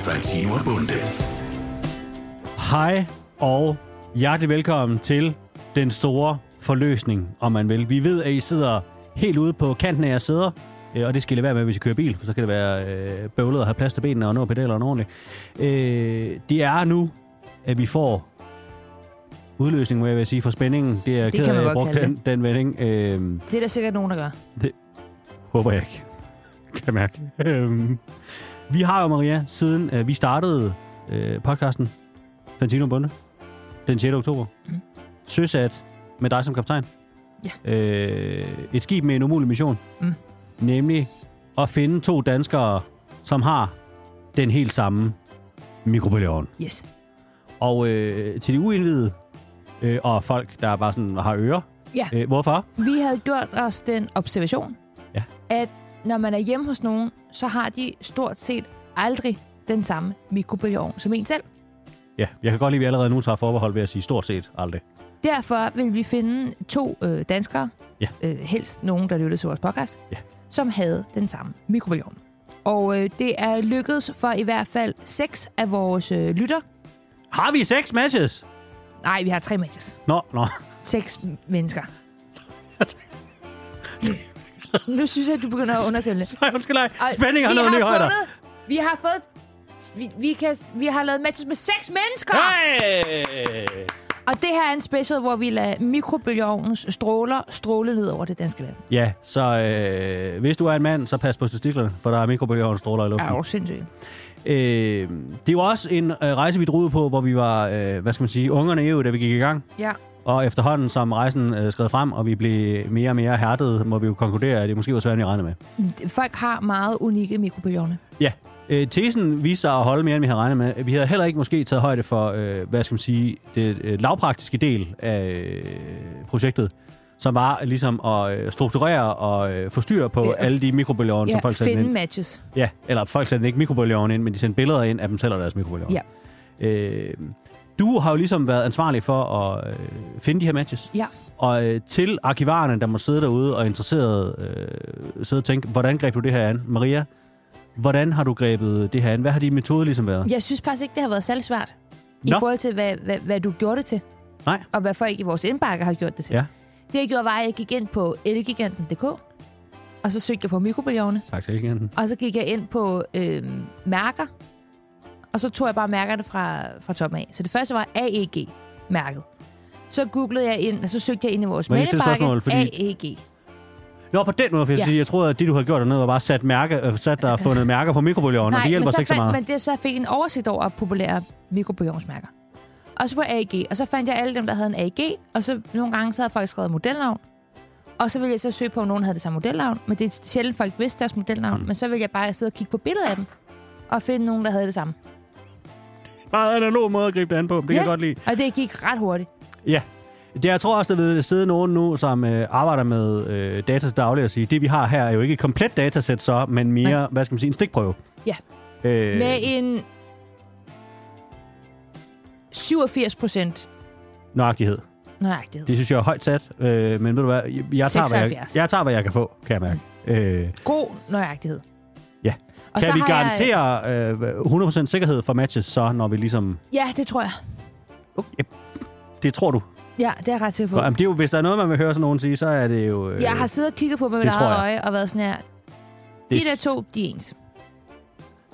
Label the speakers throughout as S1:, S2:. S1: Fantino og Bunde.
S2: Hej og hjertelig velkommen til den store forløsning, om man vil. Vi ved, at I sidder helt ude på kanten af jeres sæder, øh, og det skal I lade være med, hvis I kører bil, for så kan det være øh, bøvlet at have plads til benene og nå pedalerne ordentligt. Øh, det er nu, at vi får udløsning, må jeg vil sige, for spændingen. Det er jeg
S3: Det
S2: ked
S3: kan
S2: af,
S3: man
S2: at jeg
S3: godt
S2: brugte
S3: kalde
S2: den, den vending. Øh,
S3: Det er der sikkert nogen, der gør.
S2: Håber jeg ikke. Kan jeg mærke. Øhm, vi har jo, Maria, siden øh, vi startede øh, podcasten Fantino Bunde den 6. oktober, mm.
S3: Mm.
S2: søsat med dig som kaptajn. Ja. Øh, et skib med en umulig mission.
S3: Mm.
S2: Nemlig at finde to danskere, som har den helt samme mikrobølgeovn.
S3: Yes.
S2: Og øh, til de uindvidede, øh, og folk, der bare sådan har ører.
S3: Ja.
S2: Øh, hvorfor?
S3: Vi havde gjort os den observation,
S2: Ja.
S3: at når man er hjemme hos nogen, så har de stort set aldrig den samme mikrobølgeovn som en selv.
S2: Ja, jeg kan godt lide, at vi allerede nu tager forbehold ved at sige stort set aldrig.
S3: Derfor vil vi finde to øh, danskere,
S2: Ja.
S3: øh, helst nogen, der lytter til vores podcast,
S2: Ja.
S3: som havde den samme mikrobølgeovn. Og øh, det er lykkedes for i hvert fald seks af vores øh, lytter.
S2: Har vi seks matches?
S3: Nej, vi har tre matches.
S2: Nå, nå.
S3: Seks m- mennesker. nu synes jeg, at du begynder at undersælge det.
S2: Så undskyld dig.
S3: Og
S2: Spænding har
S3: vi
S2: noget nye
S3: har
S2: højder.
S3: fundet- Vi har fået... Vi, vi, kan, vi har lavet matches med seks mennesker!
S2: Hey!
S3: Og det her er en special, hvor vi lader mikrobølgeovnens stråler stråle ned over det danske land.
S2: Ja, så øh, hvis du er en mand, så pas på testiklerne, for der er mikrobølgeovn stråler i luften.
S3: Ja, det er jo sindssygt.
S2: Øh, det er jo også en øh, rejse, vi drog ud på, hvor vi var, øh, hvad skal man sige, ungerne jo, da vi gik i gang.
S3: Ja.
S2: Og efterhånden, som rejsen øh, skred frem, og vi blev mere og mere hærdet, må vi jo konkludere, at det måske var svært, end vi regnede med.
S3: Folk har meget unikke mikrobølgeovne.
S2: Ja, øh, tesen viste sig at holde mere, end vi havde regnet med. Vi havde heller ikke måske taget højde for, øh, hvad skal man sige, det øh, lavpraktiske del af øh, projektet, som var ligesom at øh, strukturere og øh, få styr på
S3: Ja,
S2: ja,
S3: og
S2: alle de mikrobølgeovne,
S3: Ja,
S2: som folk sendte
S3: finde
S2: ind.
S3: matches.
S2: Ja, eller folk sendte ikke mikrobølgeovne ind, men de sendte billeder ind af dem selv og deres mikrobølgeovne. Ja. Øh, du har jo ligesom været ansvarlig for at øh, finde de her matches.
S3: Ja.
S2: Og øh, til arkivarerne, der må sidde derude og er interesserede, øh, sidde og tænke, hvordan greb du det her an? Maria, hvordan har du grebet det her an? Hvad har din metode ligesom været?
S3: Jeg synes faktisk ikke, det har været særlig svært. I
S2: Nå.
S3: forhold til, hvad, hvad, hvad du gjorde det til.
S2: Nej.
S3: Og hvad folk i vores indbakke har gjort det til.
S2: Ja.
S3: Det jeg gjorde, var, at jeg gik ind på elgiganten.dk, og så søgte jeg på mikrobølgeovne,
S2: Tak til Elgiganten.
S3: og så gik jeg ind på øh, mærker, og så tog jeg bare mærkerne fra, fra toppen af. Så det første var AEG-mærket. Så googlede jeg ind, og så søgte jeg ind i vores E
S2: Må jeg lige stille et
S3: mailbakke
S2: spørgsmål, fordi-
S3: AEG.
S2: Nå, på den måde, for jeg,
S3: Ja.
S2: ja. sige, jeg troede, at det, du havde gjort dernede, var bare sat, mærke, øh, sat der og fundet mærker på mikrobølgeovnen, og det hjælper
S3: men så,
S2: sig ikke så meget.
S3: fandt, men det, så fik jeg en oversigt over populære mikrobølgeovnsmærker. Og så på AG, og så fandt jeg alle dem, der havde en AG, og så nogle gange så havde folk skrevet modelnavn. Og så ville jeg så søge på, om nogen havde det samme modelnavn, men det er sjældent, folk vidste deres modelnavn, mm. men så ville jeg bare sidde og kigge på billeder af dem, og finde nogen, der havde det samme.
S2: Meget analog måde at gribe det an på, det kan
S3: Ja.
S2: jeg godt lide.
S3: Og det gik ret hurtigt.
S2: Ja. Det, jeg tror også, der vil sidde nogen nu, som øh, arbejder med øh, data til daglig og sige, det vi har her er jo ikke et komplet datasæt så, men mere,
S3: Nej.
S2: Nej. hvad skal man sige, en stikprøve.
S3: Ja.
S2: Øh,
S3: Med en 87 procent
S2: nøjagtighed.
S3: nøjagtighed.
S2: Det synes jeg er højt sat, øh, men ved du hvad, jeg, jeg, tager, hvad jeg,
S3: 76.
S2: jeg tager, hvad jeg kan få, kan jeg mærke. Øh,
S3: God nøjagtighed.
S2: Ja.
S3: Og så
S2: kan vi
S3: har Jeg,
S2: garantere øh, 100% sikkerhed for matches så, når vi ligesom...
S3: ja, det tror jeg.
S2: Uh, ja, det tror du.
S3: Ja, det er jeg ret til på.
S2: Godt, jamen, det er jo, hvis der er noget, man vil høre sådan nogen sige, så er det jo... Øh,
S3: Jeg har siddet og kigget på med mit
S2: det tror
S3: eget
S2: jeg.
S3: øje og været sådan her. De
S2: det-
S3: der to, de er ens.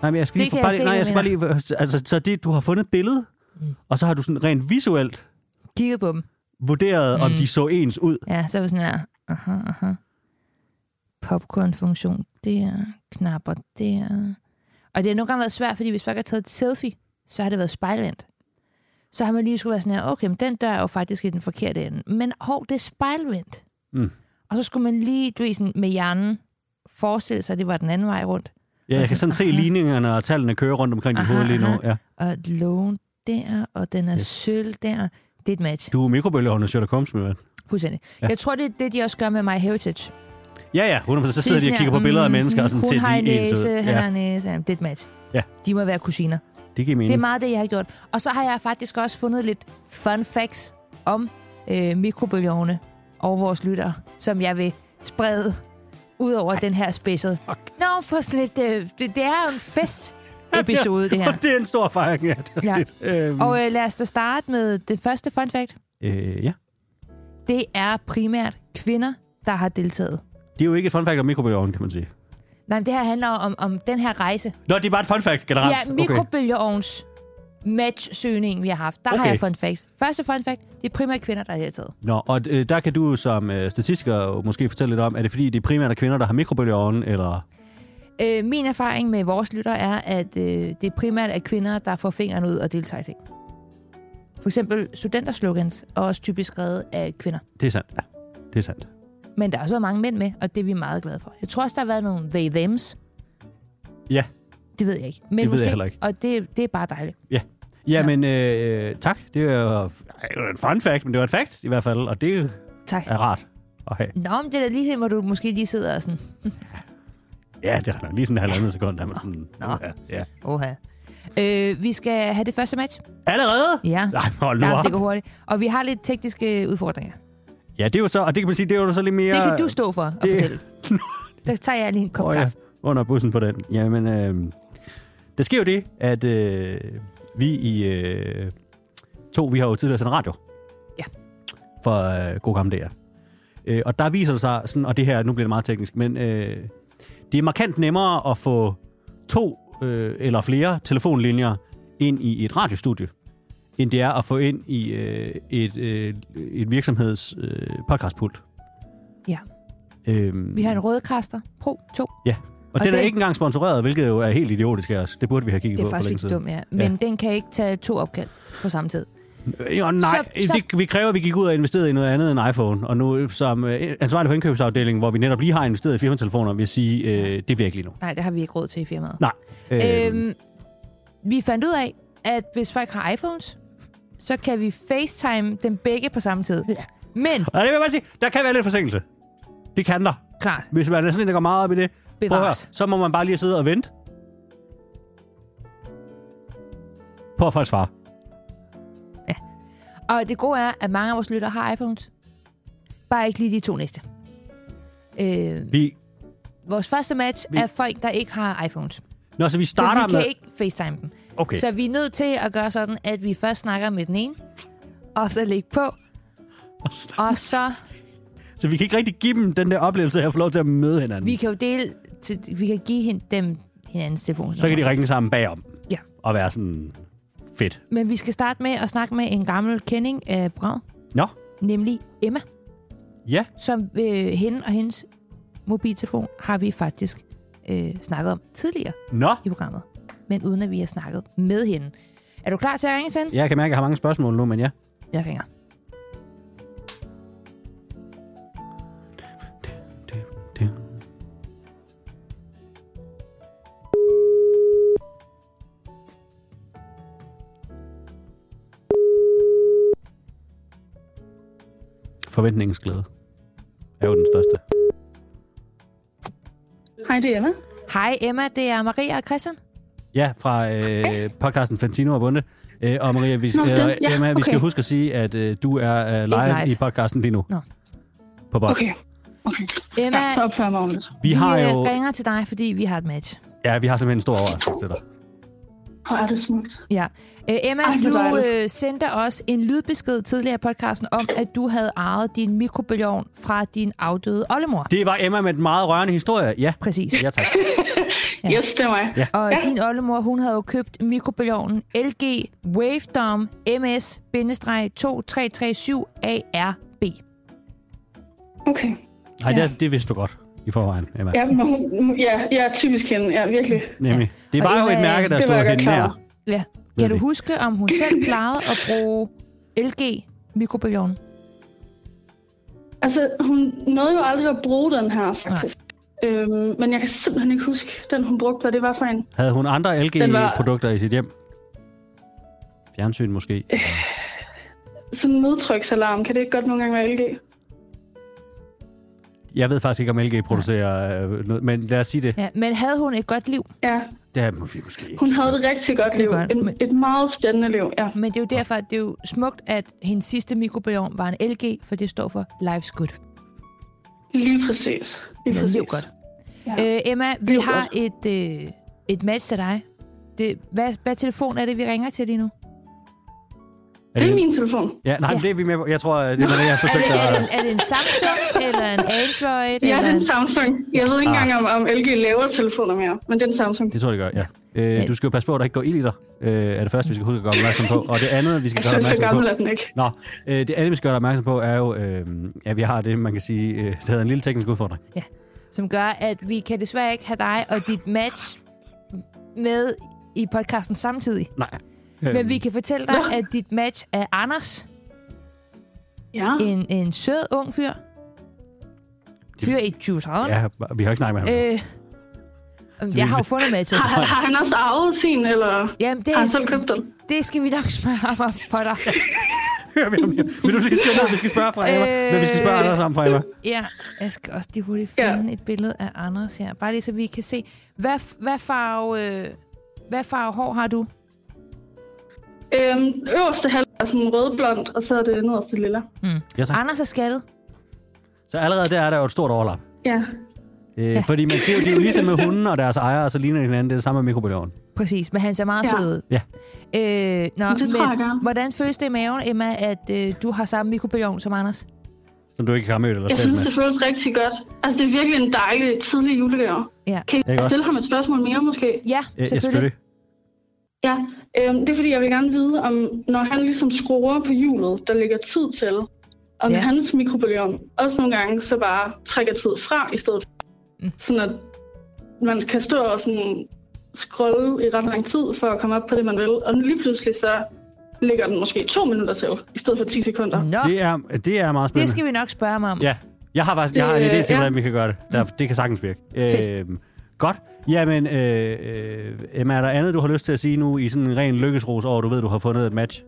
S2: Nej, men jeg skal lige,
S3: Det
S2: få,
S3: kan
S2: bare, lige-
S3: jeg se,
S2: nej,
S3: du
S2: jeg skal bare lige... Altså, så det, du har fundet et billede, mm. og så har du sådan rent visuelt
S3: Kigget på dem.
S2: vurderet, mm. om de så ens ud.
S3: Ja, så var jeg sådan her. Aha, aha. Popcorn-funktion der. Knapper der. Og det har nogle gange været svært, fordi hvis folk har taget et selfie, så har det været spejlvendt. Så har man lige skulle være sådan her, okay, men den dør er jo faktisk i den forkerte ende. Men hov, det er spejlvendt.
S2: Mm.
S3: Og så skulle man lige, du ved, sådan, med hjernen forestille sig, at det var den anden vej rundt.
S2: Ja, jeg kan sådan se
S3: Aha.
S2: ligningerne og tallene køre rundt omkring dit
S3: Aha,
S2: hoved lige nu.
S3: aha.
S2: Ja.
S3: Og et lån der, og den er yes.
S2: Yes.
S3: sølv der. Det er et match.
S2: Du er mikrobølgeovnen og Sherlock Holmes, med.
S3: Fuldstændig. Ja. Jeg tror, det er det, de også gør med My Heritage.
S2: Ja, ja, 100%. Så sidder de og kigger på billeder af mennesker, og sådan
S3: Mm-hmm. hun
S2: ser
S3: har
S2: de
S3: en
S2: ens
S3: næse,
S2: ud.
S3: mm, han har
S2: Ja,
S3: en næse. Jamen, Det er et match.
S2: Ja.
S3: De må være kusiner. Mm.
S2: det giver
S3: Det er
S2: mening.
S3: meget det, jeg har gjort. Og så har jeg faktisk også fundet lidt fun facts om øh, mikrobølgeovne og vores lyttere, som jeg vil sprede ud over den her special.
S2: fuck.
S3: Nå, for sådan lidt, øh, det, det er jo en fest episode, det her.
S2: Og det er en stor fejring, ja. Det er
S3: Ja.
S2: rigtigt. Øhm,
S3: Og øh, lad os da starte med det første fun fact.
S2: øh, ja.
S3: Det er primært kvinder, der har deltaget.
S2: Det er jo ikke et fun fact om mikrobølgeovnen, kan man sige.
S3: Nej, men det her handler om, om den her rejse.
S2: Nå, det er bare et fun fact generelt.
S3: Ja, mikrobølgeovns matchsøgning, vi har haft. Der okay. har
S2: Okay.
S3: jeg fun facts. Første fun fact, det er primært kvinder, der har deltaget.
S2: Nå, og øh, der kan du som øh, statistiker jo måske fortælle lidt om, er det fordi, det er primært kvinder, der har mikrobølgeovnen, eller...
S3: Øh, min erfaring med vores lytter er, at øh, det primært er kvinder, der får fingrene ud og deltager i ting. For eksempel studenterslogans er også typisk skrevet af kvinder.
S2: Det er sandt, ja. Det er sandt.
S3: Men der har også været mange mænd med, og det er vi meget glade for. Jeg tror også, der har været nogle they-thems.
S2: Ja.
S3: Det ved jeg ikke. Men
S2: ved jeg
S3: måske,
S2: heller ikke.
S3: Og det, det er bare dejligt.
S2: Jamen, øh, tak. Det er jo en fun fact, men det var et fact i hvert fald, og det
S3: Tak. Ja.
S2: er rart at have.
S3: Nå, men det er da lige her, hvor du måske lige sidder og sådan,
S2: Ja, det er nok lige sådan en halvandet sekund, der man sådan...
S3: Nå.
S2: Ja, ja.
S3: åha. Øh, vi skal have det første match.
S2: Allerede?
S3: Ja.
S2: Nej, hold nu
S3: Nej,
S2: op.
S3: det går hurtigt. Og vi har lidt tekniske udfordringer.
S2: Ja, det er jo så, og det kan man sige, det er jo så lidt mere...
S3: Det kan du stå for at
S2: det-
S3: fortælle. Der tager jeg lige en kop
S2: Åh, ja,
S3: kaffe.
S2: under bussen på den. Jamen, øh, der sker jo det, at øh, vi i øh, to, vi har jo tidligere sendt radio.
S3: Ja.
S2: For øh, god gamle DR. Øh, og der viser det sig sådan, og det her, nu bliver det meget teknisk, men øh, det er markant nemmere at få to øh, eller flere telefonlinjer ind i et radiostudie, end det er at få ind i øh, et, øh, et virksomheds øh, podcastpult.
S3: Ja.
S2: Øhm,
S3: Vi har en rødkaster Pro 2.
S2: og, og
S3: Og
S2: den er
S3: det-
S2: ikke engang sponsoreret, hvilket jo er helt idiotisk af os. Det burde vi have kigget
S3: Det er
S2: på for
S3: faktisk
S2: længe
S3: virkelig
S2: siden.
S3: dumt, ja. Men den kan ikke tage to opkald på samme tid.
S2: Øh, Jo, nej,
S3: Så- så-
S2: Det, vi kræver, at vi gik ud og investerede i noget andet end iPhone. Og nu øh, som øh, ansvarlig for indkøbsafdelingen, hvor vi netop lige har investeret i firmatelefoner, vil jeg sige, øh, det bliver ikke lige nu.
S3: Nej, det har vi ikke råd til i firmaet.
S2: Nej. Øhm,
S3: Øhm, vi fandt ud af, at hvis folk har iPhones, så kan vi FaceTime dem begge på samme tid.
S2: Ja.
S3: Men,
S2: og det vil jeg bare sige, der kan være lidt forsinkelse. Det kan der.
S3: klart,
S2: Hvis man er sådan en, der går meget op i det, prøv at høre,
S3: bevares.
S2: så må man bare lige sidde og vente. På at folk svarer.
S3: Og det gode er, at mange af vores lyttere har iPhones. Bare ikke lige de to næste. Øh,
S2: Vi,
S3: vores første match
S2: Vi-
S3: er folk, der ikke har iPhones.
S2: når så vi
S3: Så
S2: starter
S3: vi kan
S2: med...
S3: ikke FaceTime dem.
S2: Okay.
S3: Så vi er nødt til at gøre sådan, at vi først snakker med den ene, og så lægge på, og så
S2: Så vi kan ikke rigtig give dem den der oplevelse af at få lov til at møde hinanden.
S3: vi kan jo dele, til, vi kan give hin- dem hinandens telefon.
S2: Så kan de ringe sammen bagom.
S3: Ja.
S2: Og være sådan fedt.
S3: Men vi skal starte med at snakke med en gammel kending af programmet,
S2: Nå,
S3: nemlig Emma,
S2: ja.
S3: som øh, hende og hendes mobiltelefon har vi faktisk øh, snakket om tidligere
S2: Nå.
S3: i programmet, men uden at vi har snakket med hende. Er du klar til at ringe til hende?
S2: Jeg kan mærke, at jeg har mange spørgsmål nu, men ja.
S3: Jeg ringer.
S2: Det, det. Forventningens glæde er jo den største.
S1: Hej, det er Emma.
S3: Hej Emma, det er Maria og Christian.
S2: Ja, fra øh, podcasten Fantino og Bunde. Øh, og Maria, vi,
S1: Nå,
S2: øh,
S1: den- ja,
S2: Emma, vi skal
S1: okay.
S2: huske at sige, at øh, du er øh, live,
S3: Ikke
S2: live
S3: live.
S2: i podcasten lige nu.
S3: Nå.
S2: På bånd.
S1: Okay. okay.
S3: Emma,
S1: Ja, så opfører jeg mig ordentligt.
S2: Vi har
S3: øh,
S2: jo...
S3: ringer til dig, fordi vi har et match.
S2: Ja, vi har simpelthen en stor overraskelse til dig.
S1: Hvor er det smukt.
S3: Ja. Øh, Emma,
S1: Ej, hvor
S3: du
S1: dejligt.
S3: øh, sendte os en lydbesked tidligere i podcasten om, at du havde arvet din mikrobølgeovn fra din afdøde oldemor.
S2: Det var Emma med en meget rørende historie. Ja,
S3: Præcis.
S2: ja tak.
S1: Ja. Yes, det er mig.
S2: Ja.
S1: Ja.
S3: Og din oldemor, hun havde jo købt mikrobølgeovnen LG Wavedom MS-2337ARB.
S1: Okay.
S2: Nej, det, det vidste du godt i forvejen, Emma.
S1: Ja, men hun, ja, jeg er typisk hende. Ja, virkelig.
S2: Nemlig. Det
S3: Og
S2: var jo
S3: Emma,
S2: et mærke, der
S1: det var
S2: stod
S1: jeg godt
S2: hende
S1: klar
S2: nær.
S1: over.
S3: Ja.
S2: Ved
S3: Kan du
S2: vi.
S3: huske, om hun selv plejede at bruge LG mikrobølgeovnen?
S1: Altså, hun nåede jo aldrig at bruge den her, faktisk. Øhm, men jeg kan simpelthen ikke huske, den hun brugte, hvad det var for en.
S2: Havde hun andre
S1: Den var-
S2: LG-produkter i sit hjem? Fjernsyn måske?
S1: Øh. Sådan en nedtryksalarm. Kan det ikke godt nogle gange være LG?
S2: Jeg ved faktisk ikke, om LG producerer øh, noget, men lad os sige det.
S3: Ja. Men havde hun et godt liv?
S1: Ja,
S2: Det er måske måske ikke.
S1: hun havde et rigtig godt
S3: Det
S1: liv.
S3: gør hun,
S1: En,
S3: men-
S1: et meget spændende liv, ja.
S3: Men det er jo derfor, at det er jo smukt, at hendes sidste mikrobølgeovn var en LG, for det står for Life's Good.
S1: Lige præcis. Lige
S3: Ja,
S1: præcis.
S3: lev godt.
S1: Ja.
S3: Øh, Emma, vi
S1: Lev
S3: har et, øh, et match til dig. det, hvad, hvad telefon er det, vi ringer til lige nu?
S1: Det er min telefon.
S2: Ja, nej,
S3: Ja.
S2: ja. det er vi med på. Jeg tror, øh, det var det, jeg
S3: Er
S2: forsøgte
S3: det, er,
S2: at...
S3: det, er det en Samsung, eller en Android?
S1: Ja,
S3: eller
S1: det er en
S3: en...
S1: Samsung. Jeg ved ikke
S2: Ah.
S1: engang, om, om LG laver telefoner mere, men det er en Samsung.
S2: Det tror jeg, det gør, ja. Øh, du skal jo passe på, at der ikke går ild i dig, øh, er det første, vi skal huske at gøre opmærksom på. Og det andet, vi skal
S1: Jeg
S2: gøre
S1: synes, så
S2: opmærksom på...
S1: gammel er den ikke.
S2: Nå, øh, det andet, vi skal gøre dig opmærksom på, er jo, øh, at vi har det, man kan sige, øh, det hedder en lille teknisk udfordring.
S3: Som gør, at vi kan desværre ikke have dig og dit match med i podcasten samtidig.
S2: Nej.
S3: Men vi kan fortælle dig, at dit match er Anders,
S1: Ja.
S3: en, en sød ung fyr. Fyr i 2030.
S2: Ja, vi har ikke snakket med ham.
S3: Øh, jeg har jo fundet matchet.
S1: Har, har, har han også arvet sin, eller
S3: Jamen, det,
S1: har han selv købt den?
S3: det skal vi nok spørge ham om for dig.
S2: Hører vi ham her? Vil du lige skrive ned, vi skal spørge fra Eva?
S3: Øh.
S2: Men vi skal spørge andre sammen fra Eva.
S3: Ja, jeg skal også lige hurtigt
S1: Ja.
S3: finde et billede af Anders her. Bare lige så vi kan se. Hvad, f- hvad, farve, øh, hvad farve hår har du?
S1: Øhm, den øverste halv er sådan rødblond, og så er det nederste lilla.
S2: Ja, tak.
S3: Anders er skattet.
S2: Så allerede der er der jo et stort overlap.
S1: Ja.
S2: Øh, Fordi man ser jo, de er jo ligesom med hunden og deres ejere, og så ligner de hinanden. Det er det samme med mikrobølgeovnen.
S3: Præcis, men han ser meget
S1: Ja.
S3: sød ud.
S2: Ja.
S3: Øh, nå,
S1: Det tror jeg gerne.
S3: men, hvordan føles det i maven, Emma, at øh, du har samme mikrobiom som Anders?
S2: Som du ikke har mødt eller
S1: Jeg
S2: talt
S1: synes,
S2: med.
S1: det føles rigtig godt. Altså, det er virkelig en dejlig tidlig julegave.
S3: Ja.
S1: Kan
S2: Ikke
S1: jeg
S2: også?
S1: stille ham et spørgsmål mere, måske?
S3: Ja,
S2: Øh, Ja, selvfølgelig.
S1: Ja, øhm, det er fordi, jeg vil gerne vide, om når han ligesom skruer på hjulet, der ligger tid til, om
S3: Ja.
S1: ja. hans mikrobølgeovn også nogle gange så bare trækker tid fra i stedet for.
S3: Mm.
S1: Sådan at man kan stå og sådan scrolle i ret lang tid for at komme op på det, man vil. Og lige pludselig så ligger den måske to minutter til, i stedet for 10 sekunder. Mm.
S3: Nå, det,
S2: Det er, det er meget spændende.
S3: det skal vi nok spørge ham om.
S2: Ja, jeg har faktisk jeg har en
S1: Det,
S2: idé til,
S1: ja.
S2: hvordan vi kan gøre det. Der, det kan sagtens virke.
S3: Øh, Mm. Fedt.
S2: Øhm, godt. Jamen, øh, øh, Emma, er der andet, du har lyst til at sige nu i sådan en ren lykkesros over, du ved, du har fundet et match?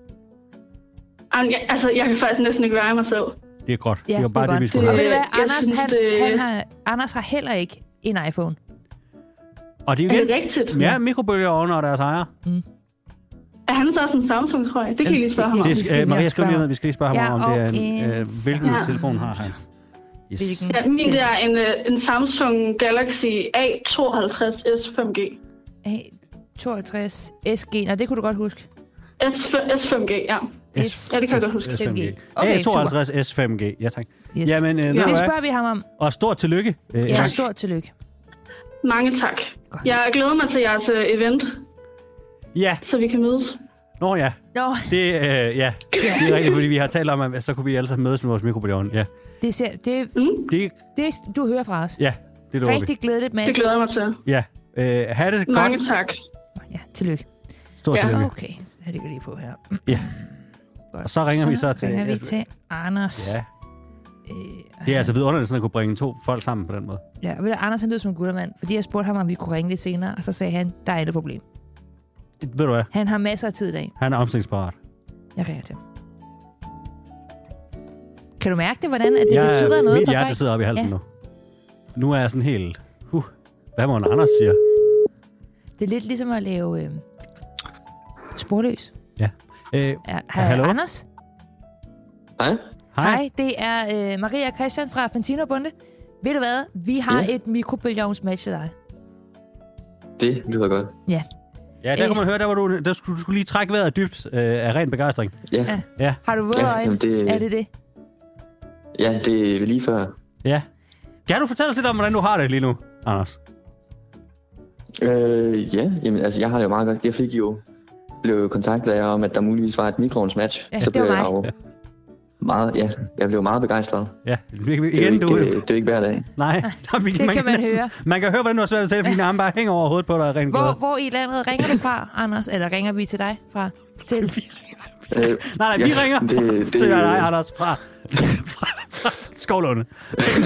S1: Jeg, altså, jeg kan faktisk næsten ikke være i mig selv.
S2: Det er godt.
S3: Ja,
S2: det er
S3: det er
S2: bare det,
S3: godt.
S2: vi skulle
S1: Det-
S3: Og
S2: have.
S3: ved du hvad,
S1: Jeg
S3: Anders,
S1: synes,
S3: han,
S1: det-
S3: han har, Anders har heller ikke en iPhone.
S2: Og det er
S1: Er
S2: jo
S1: det
S2: igen...
S1: rigtigt?
S2: Ja, mikrobølgeovne og deres ejere.
S1: Er han så også en Samsung, tror jeg? Det kan I lige spørge ham om.
S3: vi
S2: Det
S3: skal
S2: skal,
S3: lige
S2: øh, Maria,
S3: have
S2: skriv lige
S3: spørge.
S2: ned. Vi skal lige spørge ham,
S3: Ja,
S2: om det er
S3: og
S2: en...
S3: en
S2: Øh, hvilken
S3: Samsung.
S2: telefon har han? Yes.
S3: Hvilken
S1: Ja, min
S3: til-
S1: det er en, øh, en Samsung Galaxy A52s 5G.
S3: A62 SG, og det kunne du godt huske.
S1: S5, S5G, ja.
S2: S-
S1: Ja, det kan jeg godt huske.
S2: 5G.
S3: Okay,
S2: A52 S5G. Ja, tak.
S3: Yes.
S2: Jamen, øh, ved du
S3: det
S2: hvad?
S3: spørger vi ham om.
S2: Og stort tillykke. Øh,
S3: Ja,
S2: tak.
S3: stort tillykke.
S1: Mange tak.
S3: Godt.
S1: Jeg glæder mig til jeres øh, event,
S2: Ja,
S1: så vi kan mødes.
S2: nå ja.
S3: Nå,
S2: Det, øh, ja, det er rigtigt, fordi vi har talt om, at så kunne vi alle sammen mødes med vores mikrobølgeovn. Ja,
S3: det, ser, det,
S1: Mm,
S2: det,
S3: det du hører fra os.
S2: ja, det lover
S3: Rigtig glædeligt,
S1: det
S3: Mads.
S1: glæder jeg mig til.
S2: vi. Ja. Øh, ha' det
S1: Mange
S2: godt.
S1: tak.
S3: Ja, tillykke.
S2: Stort
S1: Ja.
S2: tillykke.
S3: Okay, så det kan lige på her. Mm,
S2: Ja.
S3: Godt.
S2: Og så ringer vi så til-
S3: ringer vi til Anders.
S2: Ja,
S3: Øh,
S2: det er altså vidunderligt sådan at kunne bringe to folk sammen på den måde.
S3: ja, og ved du, Anders han lød som en guttermand, fordi jeg spurgte ham, om vi kunne ringe lidt senere, og så sagde han, der er et problem.
S2: Det, ved du hvad?
S3: Han har masser af tid i dag.
S2: Han er omstillingsparat.
S3: Jeg ringer til ham. Kan du mærke det, hvordan at det
S2: Jeg-
S3: betyder noget
S2: mit
S3: for
S2: hjerte
S3: folk?
S2: sidder oppe i halsen
S3: Ja.
S2: nu. Nu er jeg sådan helt... Huh, hvad må en Anders siger?
S3: Det er lidt ligesom at lave øh, sporløs.
S2: Ja. Øh,
S3: Ja,
S2: hallo?
S3: hallo? Anders?
S4: Hej.
S2: hej.
S3: Hej, det er øh, Maria og Christian fra Fantino Bunde. Ved du hvad? Vi har
S4: Ja.
S3: et mikrobølgeovnsmatch til dig.
S4: Det lyder godt.
S2: Ja, der
S3: Øh.
S2: kunne man høre, der, var du, der skulle, du skulle lige trække våret dybt øh, af ren begejstring.
S4: Ja,
S3: Ja.
S4: ja.
S3: Har du våde
S4: Ja,
S3: øjne?
S4: jamen, det-
S3: Er det det?
S4: ja det er lige før.
S2: Ja. Kan du fortælle os lidt om, hvordan du har det lige nu, Anders?
S4: Øh, ja, jamen, altså, jeg har det jo meget godt. Jeg fik jo blev jo kontaktet af jer om, at der muligvis var et mikroovnsmatch.
S3: Ja,
S4: så
S3: det var
S4: blev jeg
S3: mig.
S4: jo meget, ja, jeg blev meget begejstret.
S2: Ja,
S4: Det er,
S2: igen,
S4: jo
S2: du...
S4: ikke, øh, det er jo ikke hver dag.
S2: Nej, man,
S3: Det kan man høre.
S2: Man kan høre, hvordan du har svært ved at tale, fordi dine arme bare hænger over hovedet på dig og rent
S3: Hvor,
S2: glæde.
S3: hvor i landet ringer du fra, Anders? Eller ringer vi til dig fra? Til,
S4: Øh,
S2: Nej, nej, vi
S4: Ja,
S2: ringer det,
S4: det-
S2: det, til
S4: det-
S2: dig, Anders, fra, fra, fra Skovlunde.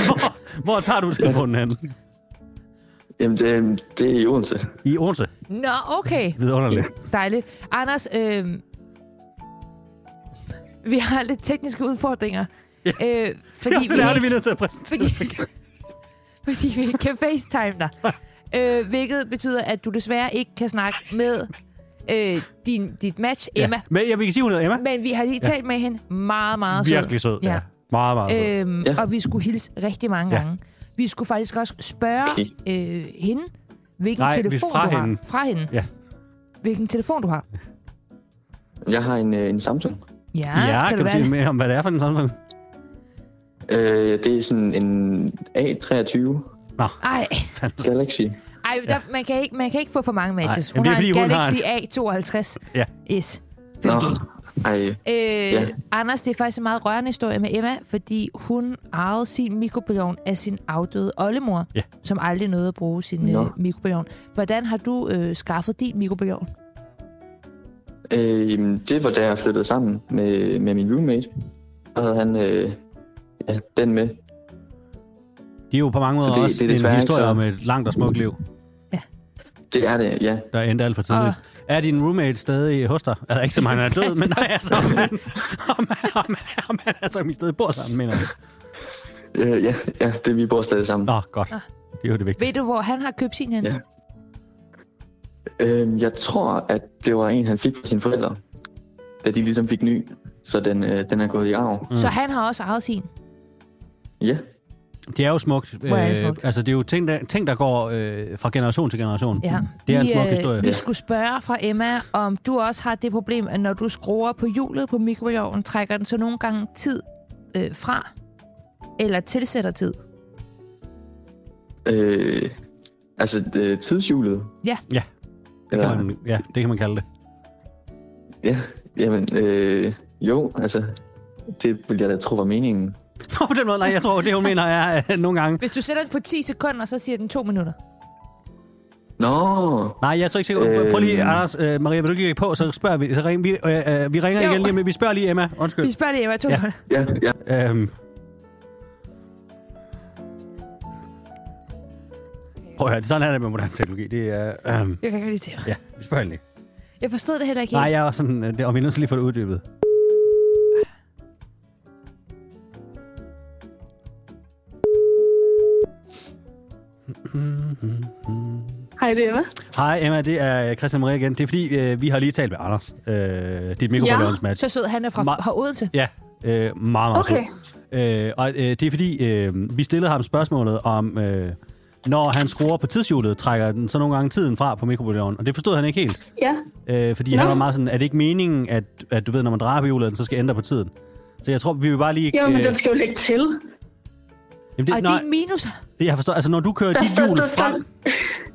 S2: Hvor, hvor tager du telefonen hen?
S4: jamen, det, det er i Odense.
S2: I Odense.
S3: Nå, okay.
S2: Vidunderligt.
S3: Dejligt. Anders, øh, vi har lidt tekniske udfordringer. Ja. Øh,
S2: Det er
S3: fordi,
S2: også
S3: vi
S2: det, ærligt, vi er
S3: ikke,
S2: nødt til at præsentere.
S3: fordi, fordi vi ikke kan facetime dig. Øh, hvilket betyder, at du desværre ikke kan snakke med øh, din, dit match, Emma.
S2: Ja. Men jeg vil ikke sige, hun hedder Emma.
S3: Men vi har lige talt med hende meget, meget
S2: Virkelig sød. Ja. Meget, meget sød.
S3: Øhm, ja.
S4: Ja.
S3: Og vi skulle hilse rigtig mange
S2: Ja.
S3: ja. gange. Vi skulle faktisk også spørge øh, hende, hvilken
S2: Nej,
S3: telefon
S2: hvis fra
S3: du har.
S2: hende.
S3: Fra hende.
S2: Ja.
S3: hvilken telefon du har.
S4: Jeg har en, øh, en Samsung.
S3: Ja,
S2: ja, kan, kan du
S3: det
S2: sige
S3: ah, være det?
S2: mere om, hvad det er for en Samsung?
S4: Øh, det er sådan en A23
S3: Ej,
S4: Galaxy.
S3: ej der, man, kan ikke, man kan ikke få for mange matches.
S2: Ej, jamen,
S3: Hun
S2: det er,
S3: har en
S2: fordi hun har
S3: Galaxy A52
S2: Ja.
S3: S.
S4: Nå,
S3: 5G.
S4: ej.
S3: Øh, ja.
S4: Ja.
S3: Anders, det er faktisk en meget rørende historie med Emma, fordi hun arvede sin mikrobølgeovn af sin afdøde oldemor,
S2: Ja.
S3: som aldrig nåede at bruge sin
S4: Nå.
S3: øh, mikrobølgeovn. Hvordan har du øh, skaffet din mikrobølgeovn?
S4: Øh, jamen, det var da jeg flyttede sammen med, med min roommate. Der havde han øh, ja, den med.
S2: Det er jo på mange måder
S4: Så det-
S2: også
S4: det er
S2: det en
S4: desværre ikke
S2: historie
S4: så-
S2: om et langt og smukt liv,
S4: Det er det, ja.
S2: der endte alt for tidligt. Er din roommate stadig hos dig? Altså ikke som han er død, men Ah. nej, altså, om han, om, om, om han er som i stedet bor sammen, mener jeg.
S4: Øh, ja, ja, det vi bor stadig sammen.
S2: Nå, godt. Det er jo det vigtigste.
S3: Ved du, hvor han har købt sin hen?
S4: Ja. Øh, jeg tror, at det var en, han fik fra sine forældre, da de ligesom fik ny. Så den, øh, den er gået i arv.
S2: Mm.
S3: Så han har også arvet sin.
S4: Ja,
S2: Det er jo smukt.
S3: Hvor er det smukt.
S2: Øh, altså, det er jo ting, der, ting, der går øh, fra generation til generation.
S3: Ja.
S2: Mm. Det er en
S3: vi,
S2: smuk
S3: øh,
S2: historie.
S3: Vi skulle spørge fra Emma, om du også har det problem, at når du skruer på hjulet på mikrobølgeovnen, trækker den så nogle gange tid øh, fra, eller tilsætter tid.
S4: øh, altså øh, tidshjulet.
S2: Ja, det
S4: Eller-
S2: kan man, ja, det kan man kalde det.
S4: Ja, jamen, øh, jo, altså, det ville jeg da tro var meningen.
S2: Nå, på den måde, nej, jeg tror, det hun mener er øh, nogle gange.
S3: Hvis du sætter den på 10 sekunder, så siger den 2 minutter.
S4: Nå,
S2: Nej, jeg er så ikke sikker. Øh... Prøv lige,
S4: Øh.
S2: Anders, øh, Maria, vil du ikke lægge på, så spørger vi. Så ring, vi, øh, øh, vi ringer
S3: Jo.
S2: igen lige, men vi spørger lige Emma. Undskyld.
S3: Vi spørger det, Emma, to
S2: Ja.
S3: ja. sekunder.
S4: ja, ja,
S2: Øhm. Prøv at høre, sådan er det med moderne teknologi. Det er, øhm,
S3: Jeg kan ikke rigtig til.
S2: ja, vi spørger hende lige.
S3: Jeg forstod det heller ikke.
S2: Nej,
S3: helt.
S2: jeg er også sådan, øh, det, og vi er nødt til lige at få det uddybet.
S1: Hej, det er Emma.
S2: Hej Emma, det er øh, Christian Maria igen. Det er fordi, øh, vi har lige talt med Anders. Øh, dit mikrobølgeovnsmatch.
S3: Så sød, han er fra,
S2: Ma-
S3: fra Odense.
S2: Ja, øh, meget, meget
S1: Okay.
S2: sød. Øh, og øh, det er fordi, øh, vi stillede ham spørgsmålet om, øh, når han skruer på tidshjulet, trækker den så nogle gange tiden fra på mikrobølgeovnen. Og det forstod han ikke helt,
S1: Ja.
S2: øh, fordi
S1: Nå.
S2: han var meget sådan, er det ikke meningen, at, at du ved, når man drejer på hjulet, at den så skal ændre på tiden? Så jeg tror, vi vil bare lige...
S1: Jo, men den
S2: jamen,
S1: skal jo lægge til.
S2: det,
S3: Og
S2: nej,
S3: din minus...
S2: jeg forstår, altså når du kører
S1: Der
S2: dit
S1: står
S2: hjul
S1: der,
S2: frem,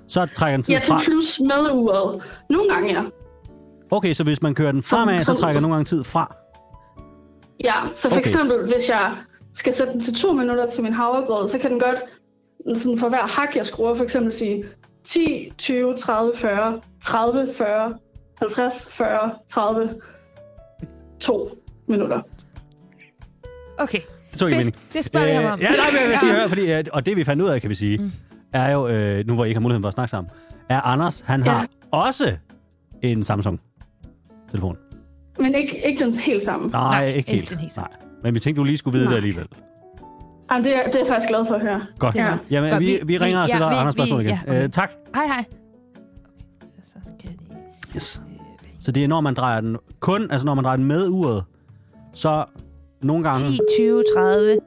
S2: så trækker den
S1: ja,
S2: tiden
S1: til
S2: fra.
S1: plus med uret. Nogle gange, ja.
S2: Okay, så hvis man kører den fremad, så
S1: som-
S2: trækker den nogle gange tid fra.
S1: Ja, så for
S2: Okay.
S1: okay. eksempel, hvis jeg skal sætte den til to minutter til min havregrød, så kan den godt sådan for hver hak, jeg skruer, for eksempel sige 10, 20, 30, 40, 30, 40, 50, 40, 30, 2 minutter.
S3: Okay.
S2: Det tog ikke mening.
S3: Det spørger vi ham om.
S2: Øh, ja, nej, men jeg vil sige, høre, fordi, øh, og det vi fandt ud af, kan vi sige, mm. er jo, øh, nu hvor I ikke har muligheden for at snakke sammen, er Anders, han
S1: Ja.
S2: har også en Samsung-telefon.
S1: Men ikke, ikke den helt samme.
S2: Nej,
S3: Nej,
S2: nej ikke
S3: ikke
S2: helt.
S3: den helt
S2: Nej. Men vi tænkte, du lige skulle vide nej.
S1: Nej.
S2: det alligevel.
S1: Ej, det, er, det er jeg faktisk glad for at høre.
S2: Godt.
S1: Ja.
S2: Ja. Jamen,
S3: Godt,
S2: vi,
S3: vi-
S2: vi ringer
S3: vi-
S2: og stiller
S3: ja, vi-
S2: Anders spørgsmål
S3: vi-
S2: igen.
S3: ja, okay.
S2: øh, tak.
S3: Hej, hej. Okay, så skal jeg lige...
S2: Yes. Så det er, når man drejer den kun, altså når man drejer den med uret, så nogle gange...
S3: 10, 20, 30,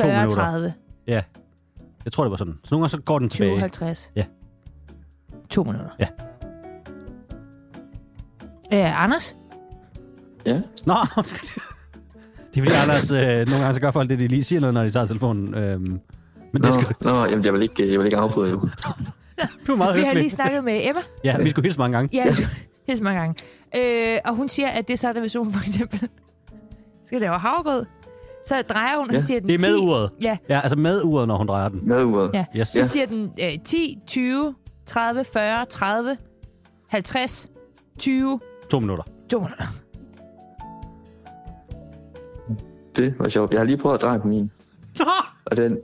S3: 40,
S2: minutter.
S3: 30,
S2: Ja. Jeg tror, det var sådan. Så nogle gange så går den
S3: 20,
S2: tilbage.
S3: 50.
S2: Ja.
S3: To minutter.
S2: Ja.
S3: Øh, Anders?
S4: ja.
S2: Nå, undskyld. Det er fordi, Anders, øh, nogle gange så gør folk det, de lige siger noget, når de tager telefonen. Øhm, men
S4: Nå,
S2: det skal,
S4: nå jamen, jeg vil ikke, jeg vil ikke afbryde jo.
S2: du er meget
S3: Vi har
S2: høflig.
S3: lige snakket med Emma.
S2: Ja, vi skulle hilse mange gange.
S3: Ja, helt så mange gange. Øh, og hun siger, at det er så, der hvis hun for eksempel skal lave havregrød, så drejer hun, og
S4: Ja,
S3: så siger den
S2: Det er med
S3: 10,
S2: uret.
S3: Ja,
S2: Ja, altså med uret, når hun drejer den.
S4: Med uret.
S3: ja.
S2: Yes.
S3: Så
S2: Ja.
S3: siger den øh, 10, 20, 30, 40, 30, 50, 20,
S2: To minutter.
S3: 200.
S4: Det var sjovt. Jeg har lige prøvet at dreje på min.
S2: Nå!
S4: Og den...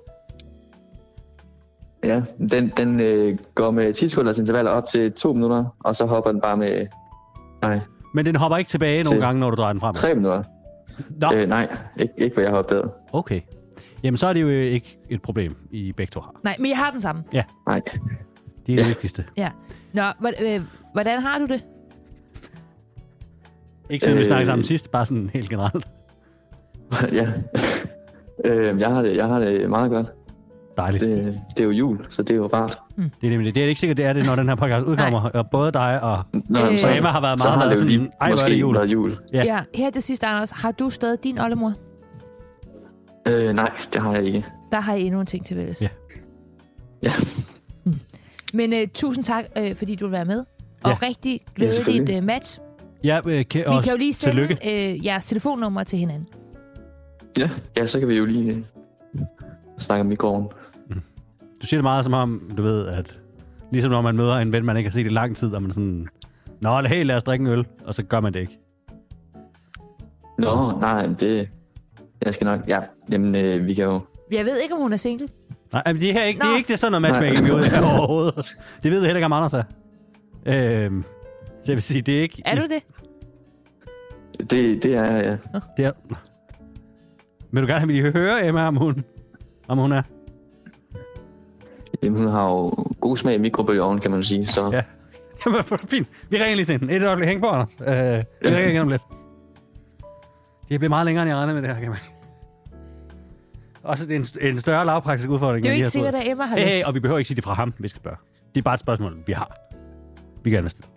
S4: Ja, den, den øh, går med 10 sekunders intervaller op til 2 minutter, og så hopper den bare med... Nej,
S2: Men den hopper ikke tilbage nogle
S4: Se.
S2: gange, når du drejer den frem.
S4: 3 minutter.
S2: Nå,
S4: Øh, nej, ikke, ikke hvad jeg har opdaget.
S2: okay. Jamen, så er det jo øh, ikke et problem, I begge to har.
S3: Nej, men jeg har den samme.
S4: Nej.
S2: Det er det
S4: Ja.
S2: vigtigste.
S3: Ja. Nå, hvor- øh, hvordan har du det?
S2: Ikke siden vi
S4: Øh.
S2: snakkede sammen sidst, bare sådan helt generelt.
S4: ja. øh, jeg, har det, jeg har det meget godt.
S2: Dejligt.
S4: Det, det er jo jul, så det er jo rart.
S2: Mm. Det er nemlig det. Det er ikke sikkert, det er det, når den her podcast udkommer. Og både dig og,
S4: Nå,
S3: Øh,
S4: øh, så,
S2: og Emma har været
S4: så
S2: meget
S4: har
S2: været
S4: det jo lige
S2: sådan, ej, hvor er
S4: måske
S2: det jul.
S4: været jul.
S2: Ja.
S3: Ja. ja. Her til sidst, Anders, har du stadig din oldemor?
S4: Øh, nej, det har jeg ikke.
S3: Der har I endnu en ting til fælles.
S2: Ja.
S4: Ja.
S3: Men øh, tusind tak, øh, fordi du vil være med. Og
S2: Ja.
S3: rigtig glædeligt
S4: selvfølgelig.
S3: øh, match.
S2: Ja, øh, kan,
S3: Vi
S2: også,
S3: kan jo lige sende
S2: tillykke.
S3: øh, jeres telefonnummer til hinanden.
S4: Ja, ja, så kan vi jo lige øh, snakke om i gården.
S2: Du siger det meget som om, du ved, at ligesom når man møder en ven, man ikke har set i lang tid, og man sådan, nå, hey, lad os drikke en øl, og så gør man det ikke.
S4: Nå, nej, det... Jeg skal nok... Ja, jamen, øh, vi kan jo...
S3: Jeg ved ikke, om hun er single.
S2: Nej, men det, er her ikke, det er
S3: Nå.
S2: ikke det er sådan noget matchmaking, vi er ude i her overhovedet. Det ved jeg heller ikke, om Anders er. Øhm, så jeg vil sige, det er ikke...
S3: Er du det?
S4: Det, det er... Ja.
S2: Det er... Vil du gerne vil høre, Emma, om hun, om hun er?
S4: Jamen, hun har jo god smag i mikrobølgeovnen, kan man sige. Så
S2: Ja. Jamen, for- fint. Vi ringer lige til hende. Et øjeblik. Hæng på, Anders. Øh, vi ringer igen om lidt. Det bliver meget længere, end jeg regnede med det her, kan man. Også det er en, st- en større lavpraktisk udfordring.
S3: Det er jo
S2: end
S3: ikke
S2: vi har
S3: sikkert, at Emma har
S2: fået. Hey,
S3: lyst.
S2: og vi behøver ikke sige det fra ham, vi skal spørge. Det er bare et spørgsmål, vi har. Vi gerne vil stille.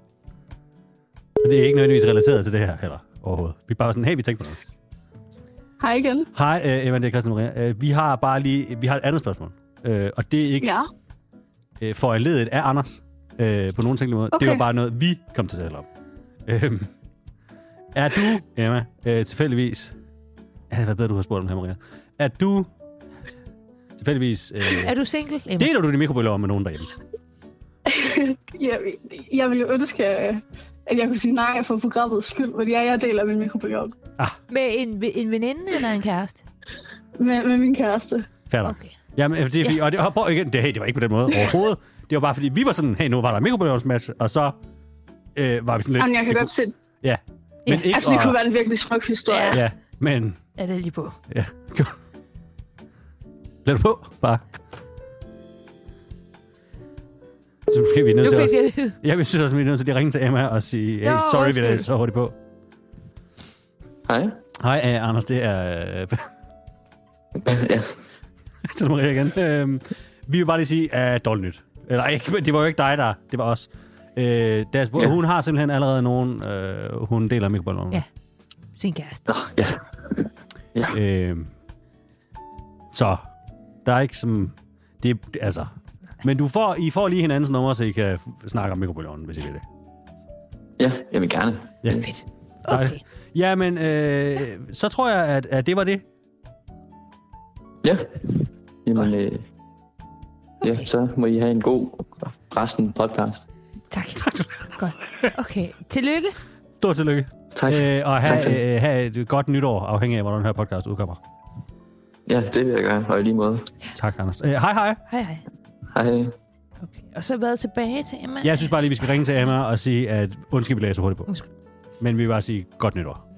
S2: Og det er ikke nødvendigvis relateret til det her heller overhovedet. Vi er bare sådan, hey, vi tænker på noget.
S1: Hej igen.
S2: Hej, øh, Emma, det er Christian Maria. Øh, vi har bare lige, vi har et andet spørgsmål. Øh, og det er ikke
S1: Ja.
S2: øh, foranledet af Anders øh, på nogen tænkelig måde. Okay.
S1: Okay.
S2: Det var bare noget, vi kom til at tale om. Øhm, er du, Emma, øh, tilfældigvis... Ja, hvad bedre, du har spurgt om det her, Maria. Er du tilfældigvis... Øh,
S3: Er du single, Emma?
S2: deler du din mikrobølgeovn med nogen derhjemme?
S1: Jeg, jeg ville jo ønske, øh, at jeg kunne sige nej for programmets skyld, fordi jeg, jeg deler min mikrobølgeovn
S3: Med en, en veninde eller en kæreste?
S1: med, med min kæreste.
S2: Fatter. Okay.
S3: Okay.
S2: Jamen, øh, fordi, vi, og det, og, prøv igen, det, hey, det var ikke på den måde overhovedet. Det var bare, fordi vi var sådan, hey, nu var der en mikrobølgeovnsmatch, og så øh, var vi sådan lidt...
S1: Jamen, jeg kan
S2: det
S1: godt se,
S2: kunne- Ja, men
S3: Ja,
S2: ikke...
S1: altså det
S2: at-
S1: kunne være en virkelig smuk historie.
S3: Ja.
S1: Ja.
S2: Ja, men...
S3: Er det lige på?
S2: Ja. Lad du på, bare. Så måske vi er nødt
S3: Nu
S2: til
S3: fik
S2: også...
S3: jeg at vide.
S2: Ja, vi synes også, vi er nødt til lige at ringe til Emma og sige, hey,
S3: Nå,
S2: sorry, vi er
S3: undskyld.
S2: så hurtigt på.
S4: hej.
S2: Hej, uh, Anders, det er... Uh,
S4: ja.
S2: Til Maria igen. Uh, vi vil bare lige sige, at uh, dårligt nyt. Eller ikke, men det var jo ikke dig, der... Det var os. Uh, deres,
S4: Ja.
S2: Hun har simpelthen allerede nogen, uh, hun deler mikrobollen med.
S3: Ja. Sin kæreste.
S4: Nå, ja.
S2: Øh, så der er ikke som... Det er, altså... Men du får, I får lige hinandens nummer, så I kan snakke om mikrobølgeovnen, hvis I vil det.
S4: Ja, jeg vil gerne.
S2: Ja.
S3: Fedt. Okay.
S2: Ja, men øh, så tror jeg, at, at det var det.
S4: Ja. Jamen, øh,
S3: Okay.
S4: ja, så må I have en god resten podcast.
S3: Tak. Godt. Okay. Tillykke.
S2: Stort tillykke.
S4: Tak.
S2: Øh, og
S4: Tak til
S2: have, øh, have et godt nytår, afhængig af, hvornår den her podcast udkommer.
S4: Ja, det vil jeg gøre, og i lige måde.
S2: Tak, Anders. Øh, hej, hej.
S3: Hej, hej.
S4: Hej.
S3: Okay. Og så været tilbage til Emma.
S2: Jeg synes bare lige, vi skal ringe til Emma og sige, at undskyld, vi lagde så hurtigt på.
S3: Undskyld.
S2: Men vi vil bare sige godt nytår.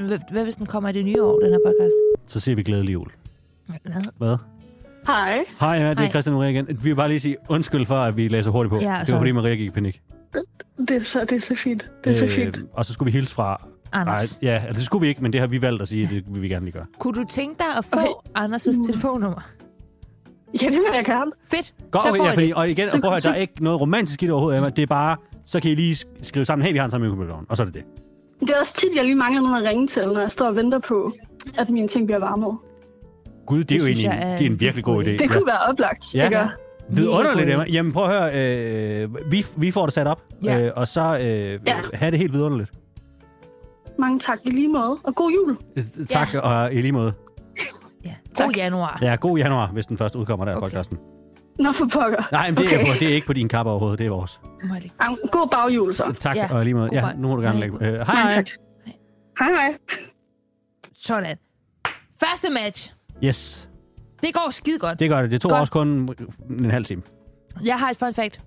S3: Hvad- Hvad hvis den kommer i det nye år, den her podcast?
S2: Så siger vi glædelig jul.
S3: Hvad?
S2: Hvad?
S1: Hej.
S2: Hej, Emma. Det er
S3: Hej.
S2: Christian Maria igen. Vi vil bare lige sige undskyld for, at vi lagde så hurtigt på.
S3: Ja,
S2: det var
S3: sorry.
S2: fordi, Maria gik i panik.
S1: Det er, så, det er så fint. Det er øh, så fint.
S2: Øhm, og så skulle vi hilse fra...
S3: Anders.
S2: Nej, ja, altså, det skulle vi ikke, men det har vi valgt at sige, at det vil vi gerne lige gøre.
S3: Kunne du tænke dig at få Anders' telefonnummer?
S1: Ja, det vil jeg gerne.
S3: Fedt.
S2: Godt,
S3: så får
S2: okay, ja,
S3: I det.
S2: fordi, og igen, og prøv at
S1: Så-
S2: høre, der er ikke noget romantisk i det overhovedet, Emma. Det er bare, så kan I lige sk- skrive sammen, hey, vi har en sammen mikrobølgeovn, og så er det det.
S1: Det er også tit, jeg lige mangler nogen at ringe til, når jeg står og venter på, at mine ting bliver varmet.
S2: Gud, det, er jo
S3: synes
S2: egentlig
S3: jeg
S2: en-
S3: er
S2: det er en
S3: en
S2: virkelig god
S3: god
S2: idé.
S3: idé.
S1: Det kunne være oplagt.
S2: Ja.
S1: ikke?
S2: Ja. Vidunderligt,
S3: Mega
S2: Emma.
S3: god
S2: Jamen, prøv at høre, øh, vi, vi får det sat op,
S3: Ja.
S2: øh, og så øh,
S1: Ja.
S2: have det helt vidunderligt.
S1: Mange tak i lige måde, og god jul.
S2: Øh, Tak, ja. og i lige måde.
S3: Ja. God januar.
S2: Ja, god januar, hvis den først udkommer der okay.
S3: Okay.
S2: podcasten.
S1: Nå for pokker.
S2: Nej, men det, okay. er,
S1: Okay.
S2: på- det er ikke på din kappe overhovedet, det er vores.
S3: Må jeg lige-
S1: Am, God bagjul så.
S2: Tak,
S3: Ja.
S2: og i lige måde.
S3: God
S2: Ja,
S3: vej.
S2: nu må du gerne
S3: Ja.
S2: lægge. Øh, hej,
S1: Mange
S2: hej.
S1: tak. Hej hej.
S3: Sådan. Første match.
S2: Yes,
S3: Det går skide godt.
S2: det gør det. Det tog
S3: Godt.
S2: også kun en halv time.
S3: Jeg har et fun fact.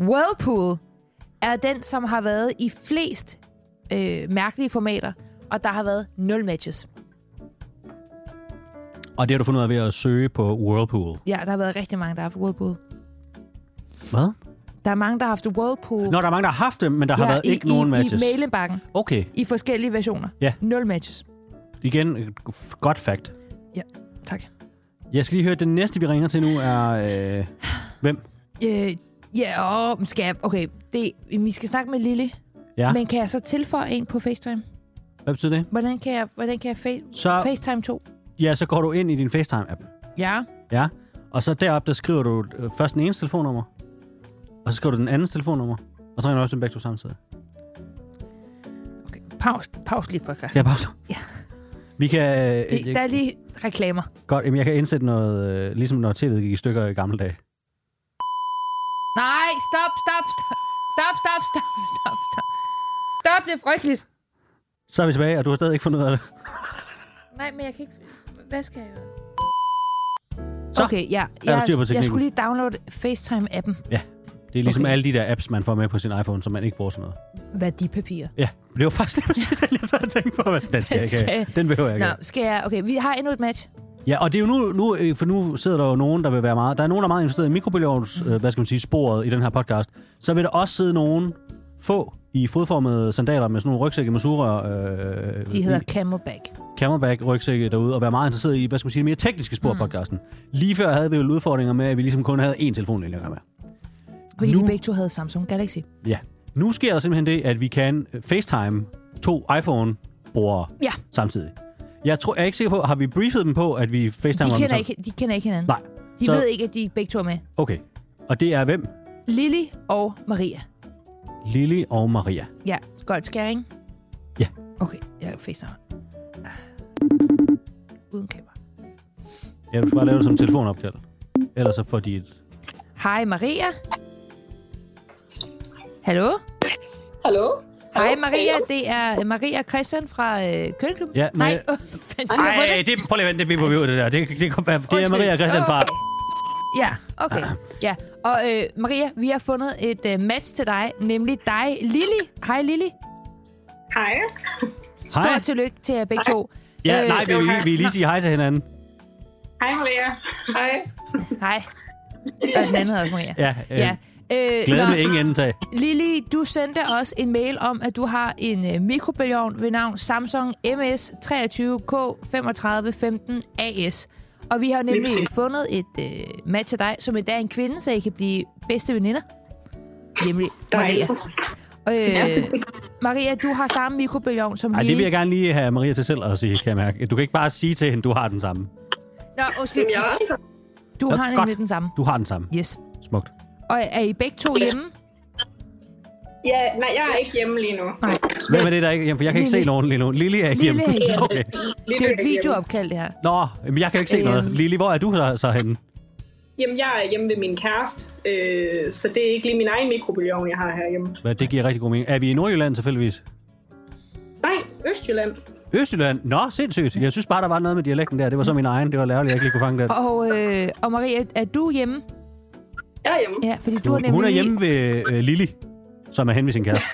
S3: Whirlpool er den, som har været i flest øh, mærkelige formater, og der har været nul matches.
S2: Og det har du fundet ud af ved at søge på Whirlpool.
S3: Ja, der har været rigtig mange, der har haft Whirlpool.
S2: Hvad?
S3: Der er mange, der har haft Whirlpool
S2: Nå, der er mange, der har haft dem, men der har
S3: ja,
S2: været
S3: i,
S2: ikke nogen
S3: i,
S2: matches.
S3: i mailenbakken
S2: Okay,
S3: i forskellige versioner.
S2: Ja.
S3: Nul matches.
S2: igen, et godt fact.
S3: Ja, tak.
S2: Jeg skal lige høre, at den næste, vi ringer til nu, er... Øh, hvem?
S3: Øh, ja, åh, skal jeg, okay. Det, vi skal snakke med Lille.
S2: Ja.
S3: Men kan jeg så tilføje en på FaceTime?
S2: Hvad betyder det?
S3: Hvordan kan jeg, hvordan kan jeg fa-
S2: Så,
S3: FaceTime 2?
S2: ja, så går du ind i din FaceTime-app.
S3: Ja.
S2: Ja. Og så derop, der skriver du øh, først den ene telefonnummer, og så skriver du den andens telefonnummer, og så ringer du også dem begge to samtidig.
S3: Okay. Pause, pause lige podcast.
S2: Ja, bare
S3: Ja.
S2: Vi kan... Øh,
S3: Det,
S2: jeg,
S3: der er lige reklamer.
S2: Godt, jamen jeg kan indsætte noget, øh, ligesom når tv'et gik i stykker i gamle dage.
S3: Nej, stop, stop, stop. Stop, stop, stop, stop, stop. Stop, det er frygteligt.
S2: Så er vi tilbage, og du har stadig ikke fundet ud af det.
S3: Nej, men jeg kan ikke... Hvad skal jeg gøre?
S2: Så
S3: Okay, ja.
S2: du
S3: Jeg,
S2: styr på
S3: jeg
S2: teknikken.
S3: skulle lige downloade FaceTime-appen.
S2: Det er ligesom
S3: Okay.
S2: okay. alle de der apps, man får med på sin iPhone, som man ikke bruger sådan noget.
S3: Værdipapirer.
S2: Ja, det var faktisk lige præcis det, jeg sad og tænkte på. men Den skal jeg ikke have. Den behøver jeg ikke
S3: Nå,
S2: have.
S3: skal jeg... Okay, vi har endnu et match.
S2: Ja, og det er jo nu, nu, øh, for nu sidder der jo nogen, der vil være meget... Der er nogen, der er meget investeret i mikrobølgeovns, øh, hvad skal man sige, sporet i den her podcast. Så vil der også sidde nogen få i fodformede sandaler med sådan nogle rygsække med sugerør. Øh,
S3: De hedder Camelback.
S2: Camelback-rygsække derude og være meget interesseret i, hvad skal man sige, det mere tekniske spor af
S3: Mm.
S2: podcasten. Lige før havde vi jo udfordringer med, at vi ligesom kun havde én telefon at gøre med.
S3: Fordi
S2: Nu-
S3: de begge to havde Samsung Galaxy.
S2: Ja. Nu sker der simpelthen det, at vi kan øh, facetime to iPhone-brugere
S3: Ja.
S2: samtidig. Jeg, tror, jeg er ikke sikker på, har vi briefet dem på, at vi
S3: De
S2: facetimer dem
S3: kender,
S2: sammen?
S3: ikke, de kender ikke hinanden.
S2: Nej.
S3: De
S2: Så-
S3: ved ikke, at de begge to er med.
S2: Okay. Og det er hvem?
S3: Lili og Maria.
S2: Lili og Maria.
S3: Ja, godt. Skal jeg ringe?
S2: Ja.
S3: Okay, jeg facetimer. Ah. Uden kamera.
S2: Ja, du skal bare lave det som telefonopkald. Ellers så får de et...
S3: Hej, Maria. Hallo?
S1: Hallo?
S3: Hej, Maria. Det er øh, Maria og Christian fra øh, Kølklub.
S2: Ja,
S3: Nej,
S2: Maria-
S3: øh, fandt jeg på
S2: Ej,
S3: det.
S2: det, prøv lige at vente, det bliver vi ud af det der. Det, det, det, det, det er
S3: Undskyld.
S2: Maria og Christian fra... Ah.
S3: Okay. Ja, okay. Ja. Og øh, Maria, vi har fundet et øh, match til dig, nemlig dig, Lili. Hej, Lili.
S1: Hej.
S3: Stort
S2: Hej.
S3: tillykke til jer begge to.
S2: Ja,
S3: Øh,
S2: nej, vi vil lige, vi vil lige sige hej til hinanden.
S1: Hej, Maria. Hej.
S3: Hej. Og den anden hedder også Maria.
S2: Ja, øh,
S3: ja. Øh,
S2: Glæde
S3: nå,
S2: med ingen endetag.
S3: Lili, du sendte os en mail om, at du har en øh, mikrobølgeovn ved navn Samsung MS23K3515AS. Og vi har
S1: Lige
S3: nemlig fundet et øh, match til dig, som endda er en kvinde, så I kan blive bedste veninder. Nemlig Maria. Øh, Maria, du har samme mikrobølgeovn som
S2: Ej,
S3: Lili.
S2: det vil jeg gerne lige have Maria til selv at sige, kan jeg mærke. Du kan ikke bare sige til hende, du har den samme.
S3: Nå, undskyld.
S1: Jeg er altså.
S3: Du
S2: Nå,
S3: har
S2: godt.
S3: nemlig den samme.
S2: Du har den samme.
S3: Yes.
S2: Smukt.
S3: Og er I begge to hjemme?
S5: Ja, nej, jeg er ikke hjemme lige nu.
S3: Nej.
S2: Hvem er det, der ikke Jamen, for jeg kan ikke
S3: Lili.
S2: se nogen lige nu. Lili er ikke
S3: Lili
S2: hjemme.
S3: er hjemme.
S2: Okay.
S5: Lige
S3: Det er jo et
S5: nu jeg hjemme.
S3: videoopkald, det her.
S2: Nå, jamen, jeg kan jo ikke se noget.
S3: Øhm.
S2: Lili, hvor er du så, så henne?
S5: Jamen, jeg er hjemme ved min kæreste, øh, så det er ikke lige min egen mikrobølgeovn, jeg har herhjemme.
S2: Hvad, det giver rigtig god mening. Er vi i Nordjylland tilfældigvis?
S5: Nej, Østjylland.
S2: Østjylland? Nå, sindssygt. Jeg synes bare, der var noget med dialekten der. Det var så min egen. Det var lærligt, jeg ikke lige kunne fange den.
S3: Og, øh, og Maria, er du hjemme?
S5: Jeg er hjemme.
S3: Ja, fordi du, har
S2: Du,
S3: nemlig...
S2: hun er
S3: lige-
S2: hjemme ved øh, Lili, som er henne ved sin kæreste.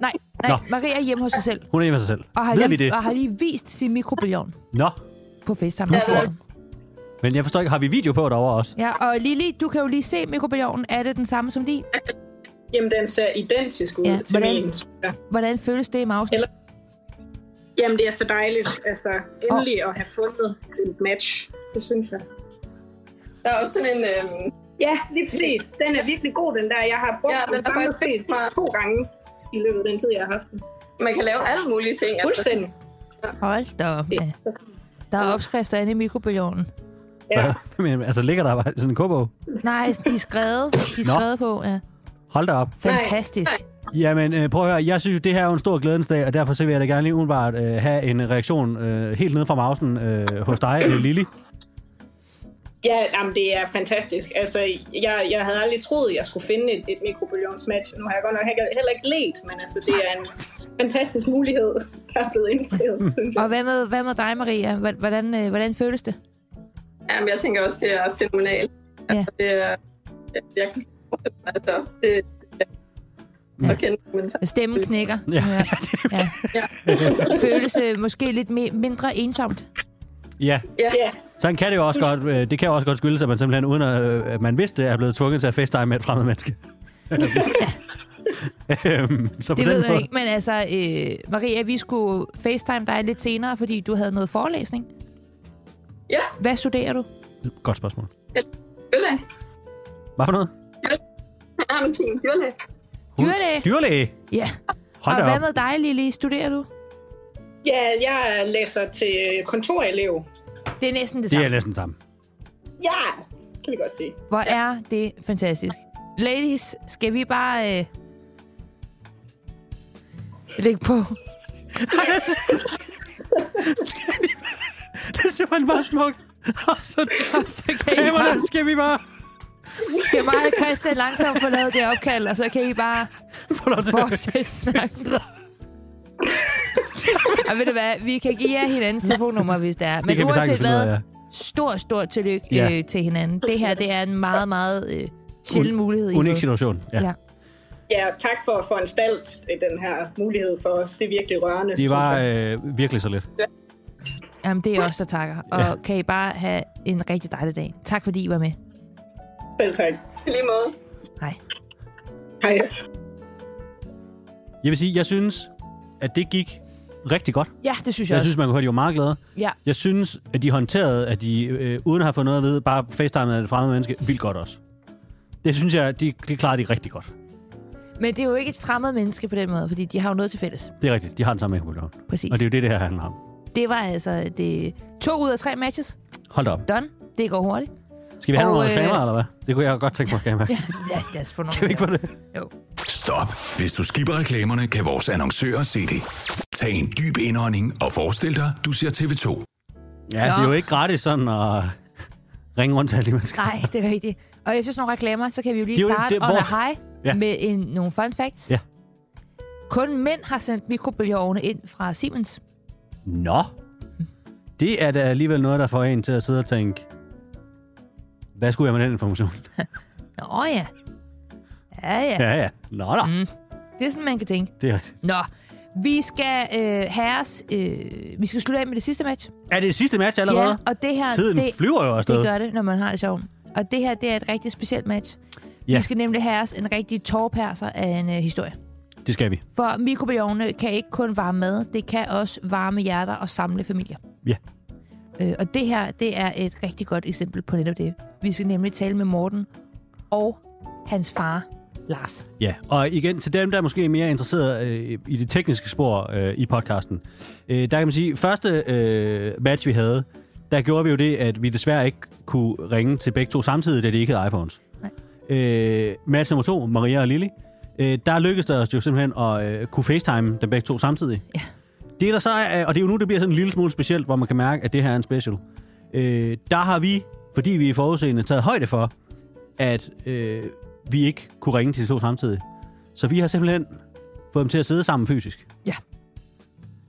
S3: Nej, nej,
S2: Nå.
S3: Maria er hjemme hos sig selv.
S2: Hun er hjemme med sig selv.
S3: Og har,
S2: Ved vi
S3: lige,
S2: det?
S3: og har lige vist sin mikrobølgeovn
S2: Nå,
S3: på FaceTime.
S2: Du
S3: Ja,
S2: får- men jeg forstår ikke. Har vi video på derovre også?
S3: ja, og Lili, du kan jo lige se mikrobølgeovnen. Er det den samme som din?
S5: Jamen, den ser identisk ud
S3: Ja,
S5: ja, til
S3: hvordan-
S5: min. synes jeg.
S3: Hvordan føles det i mausen?
S5: Eller- Jamen, det er så dejligt. Altså, endelig at have fundet et match. Det synes jeg.
S1: Der er også sådan en... Øhm,
S5: Ja, lige præcis. Den er virkelig god, den der. Jeg har brugt
S1: Ja,
S5: ja,
S1: den
S5: den
S1: er
S5: samlet
S1: faktisk
S5: set
S1: smart.
S5: to gange i løbet af den tid, jeg har haft den.
S1: man kan lave alle mulige ting. altså.
S5: Fuldstændig.
S3: Hold da op. Ja. Der er opskrifter inde i mikrobølgeovnen.
S5: Ja.
S2: Men, altså, ligger der bare sådan en kobo?
S3: Nej, de er skrevet. De er
S2: Nå.
S3: skrevet på, ja.
S2: Hold da op.
S3: Fantastisk.
S2: Jamen, øh, prøv at høre. Jeg synes, jo, det her er jo en stor glædens dag, og derfor så vil jeg da gerne lige umiddelbart øh, have en reaktion øh, helt nede fra mausen øh, hos dig, øh, Lili.
S5: Ja, jamen, det er fantastisk. Altså, jeg, jeg havde aldrig troet, jeg skulle finde et, et mikrobølgeovnsmatch. Nu har jeg godt nok ikke- heller ikke let, men altså, det er en fantastisk mulighed, der er blevet indfriet. synes jeg.
S3: Og hvad med, hvad med dig, Maria? Hva- Hvordan, øh, hvordan føles det?
S1: Jamen, jeg tænker også, det er fænomenalt. Altså, det er... Jeg, jeg kan altså, det,
S3: Ja.
S1: ja. kende, men så,
S3: Stemmen knækker.
S2: Ja.
S3: ja. Føles øh, måske lidt me- mindre ensomt.
S2: Ja,
S1: ja.
S5: Ja,
S2: sådan kan det jo også godt. Øh, det kan jo også godt skyldes, at man simpelthen, uden at, øh, at man vidste, det, er blevet tvunget til at facetime med et fremmed menneske. Øhm, så på
S3: Det
S2: den
S3: ved
S2: måde,
S3: jeg ikke, men altså, øh, Maria, vi skulle facetime dig lidt senere, fordi du havde noget forelæsning.
S1: Ja.
S3: Hvad studerer du?
S2: Godt spørgsmål.
S5: Dyrlæge.
S2: Hvad for noget?
S5: Jeg har med sin dyrlæge.
S2: Hun-
S3: Dyrlæge.
S2: Dyrlæge?
S3: Ja.
S2: Hold da
S3: og hvad
S2: op.
S3: med dig, Lili? Studerer du?
S5: Ja, jeg læser til kontorelev.
S3: Det er næsten
S2: Det
S3: det samme.
S2: er næsten sammen.
S5: Ja, kan vi godt sige.
S3: Hvor er det fantastisk. Ladies, skal vi bare øh, lægge på?
S2: Det er simpelthen bare smukt. Og så
S3: Og så kan I bare,
S2: damerne skal vi bare
S3: skal mig og Christian langsomt få lavet det opkald, og så kan I bare
S2: få lov til at...
S3: fortsætte snakken. og ved du hvad, vi kan give jer hinandens telefonnummer, hvis det er. Men
S2: Det kan vi sagtens
S3: uanset
S2: finde ud
S3: hvad,
S2: af. ja.
S3: stor, stor tillykke
S2: Ja.
S3: ja. øh, til hinanden. Det her, det er en meget, meget øh, sjælden mulighed. I
S2: Unik
S3: har fået.
S2: situation. Ja.
S3: Ja.
S5: Ja, tak for, for en stalt den her mulighed for os. Det er virkelig rørende.
S2: Det var øh, virkelig så lidt.
S3: Jamen, det er os, der takker. Og
S2: Ja.
S3: ja. kan I bare have en rigtig dejlig dag. Tak, fordi I var med.
S5: Selv tak.
S1: I lige måde.
S3: Hej.
S5: Hej.
S2: Jeg vil sige, jeg synes, at det gik rigtig godt.
S3: Ja, det synes jeg,
S2: Jeg
S3: også.
S2: synes, man kunne høre, at de var meget glade.
S3: Ja.
S2: Jeg synes, at de håndterede, at de øh, uden at have fået noget at vide, bare facetimede et fremmed menneske vildt godt også. Det synes jeg, de, de klarer de rigtig godt.
S3: Men det er jo ikke et fremmed menneske på den måde, fordi de har jo noget til fælles.
S2: Det er rigtigt. De har den samme ekonomi.
S3: Præcis.
S2: Og det er
S3: Det...
S2: jo det, det her handler om.
S3: det var altså det to ud af tre matches.
S2: Hold da op.
S3: Done. Det går hurtigt.
S2: Skal vi have
S3: Og,
S2: nogle
S3: øh,
S2: reklamer, eller hvad? Det kunne jeg godt tænke mig, kan jeg mærke.
S3: Ja, lad os få nogle.
S2: Kan vi ikke få det?
S6: Stop. Hvis du skipper reklamerne, kan vores annoncører se det. Tag en dyb indånding og forestil dig, du ser TV2.
S2: Ja, det er jo ikke gratis sådan at ringe rundt til alle de mennesker.
S3: Nej, det er rigtigt. Og efter sådan nogle reklamer, så kan vi jo lige
S2: Det er jo-
S3: starte
S2: det er
S3: on
S2: vores-
S3: a high
S2: Ja.
S3: ja. med en, nogle fun facts.
S2: Ja.
S3: Kun mænd har sendt mikrobølgeovne ind fra Siemens.
S2: Nå. Det er da alligevel noget, der får en til at sidde og tænke, hvad skulle jeg med den information?
S3: Nå ja. Ja, ja. ja.
S2: Ja, ja. Nå da. Mm.
S3: Det er sådan, man kan tænke.
S2: Det er rigtigt.
S3: Nå, vi skal øh, herres, øh, vi skal slutte af med det sidste match.
S2: Er det sidste match allerede? Ja,
S3: og det her,
S2: Tiden
S3: det,
S2: flyver jo afsted.
S3: Det gør det, når man har det sjovt. Og det her, det er et rigtig specielt match.
S2: Ja.
S3: Ja. Vi skal nemlig have os en rigtig tårperser af en øh, historie.
S2: det skal vi.
S3: For mikrobiogne kan ikke kun varme mad, det kan også varme hjerter og samle familier.
S2: Ja.
S3: Øh, og det her, det er et rigtig godt eksempel på netop det. Vi skal nemlig tale med Morten og hans far, Lars.
S2: Ja, og igen til dem, der er måske mere interesseret øh, i det tekniske spor øh, i podcasten. Øh, der kan man sige, første øh, match vi havde, der gjorde vi jo det, at vi desværre ikke kunne ringe til begge to samtidig, da de ikke havde iPhones.
S3: Nej.
S2: Øh, match nummer to, Maria og Lili. Øh, der lykkedes det os jo simpelthen at øh, kunne facetime dem begge to samtidig. Ja. Det der så er, og det er jo nu, det bliver sådan en lille smule specielt, hvor man kan mærke, at det her er en special. Øh, der har vi, fordi vi er forudseende, taget højde for, at øh, vi ikke kunne ringe til de to samtidig. Så vi har simpelthen fået dem til at sidde sammen fysisk.
S3: Ja.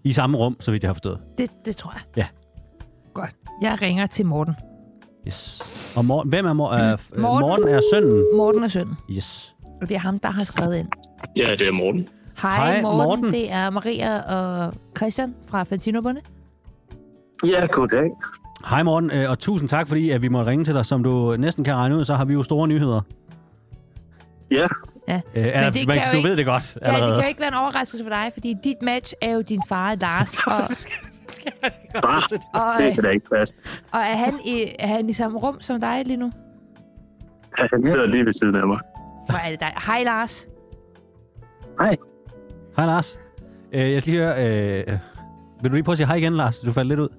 S2: I samme rum, så vidt jeg har forstået.
S3: Det, det tror jeg.
S2: Ja.
S3: Godt. Jeg ringer til Morten.
S2: Yes. Og Morten, hvem er Morten? Er,
S3: Mm. Morten.
S2: Morten. Morten er sønnen.
S3: Morten er sønnen,
S2: Yes.
S3: og det er ham, der har skrevet ind.
S7: Ja, det er Morten.
S3: Hej,
S2: Hej,
S3: Hej Morten.
S2: Morten.
S3: Morten. Det er Maria og Christian fra Fantinobunde.
S7: Ja, goddag.
S2: Hej Morten, øh, og tusind tak, fordi at vi måtte ringe til dig. Som du næsten kan regne ud, så har vi jo store nyheder.
S7: Ja,
S2: Øh, er,
S3: det kan jo
S2: du
S3: ikke-
S2: ved det godt
S3: Ja,
S2: allerede.
S3: det kan jo ikke være en overraskelse for dig, fordi dit match er jo din far, Lars. Og,
S7: bare,
S3: og,
S7: det kan da ikke passe.
S3: og er, han i, er han i samme rum som dig lige nu?
S7: Han sidder lige ved siden af mig.
S3: Hvor er det dig? Hej, Lars.
S2: Hej Lars. Øh, jeg skal lige høre, øh, vil du lige prøve at sige hej igen, Lars? Du faldt lidt ud.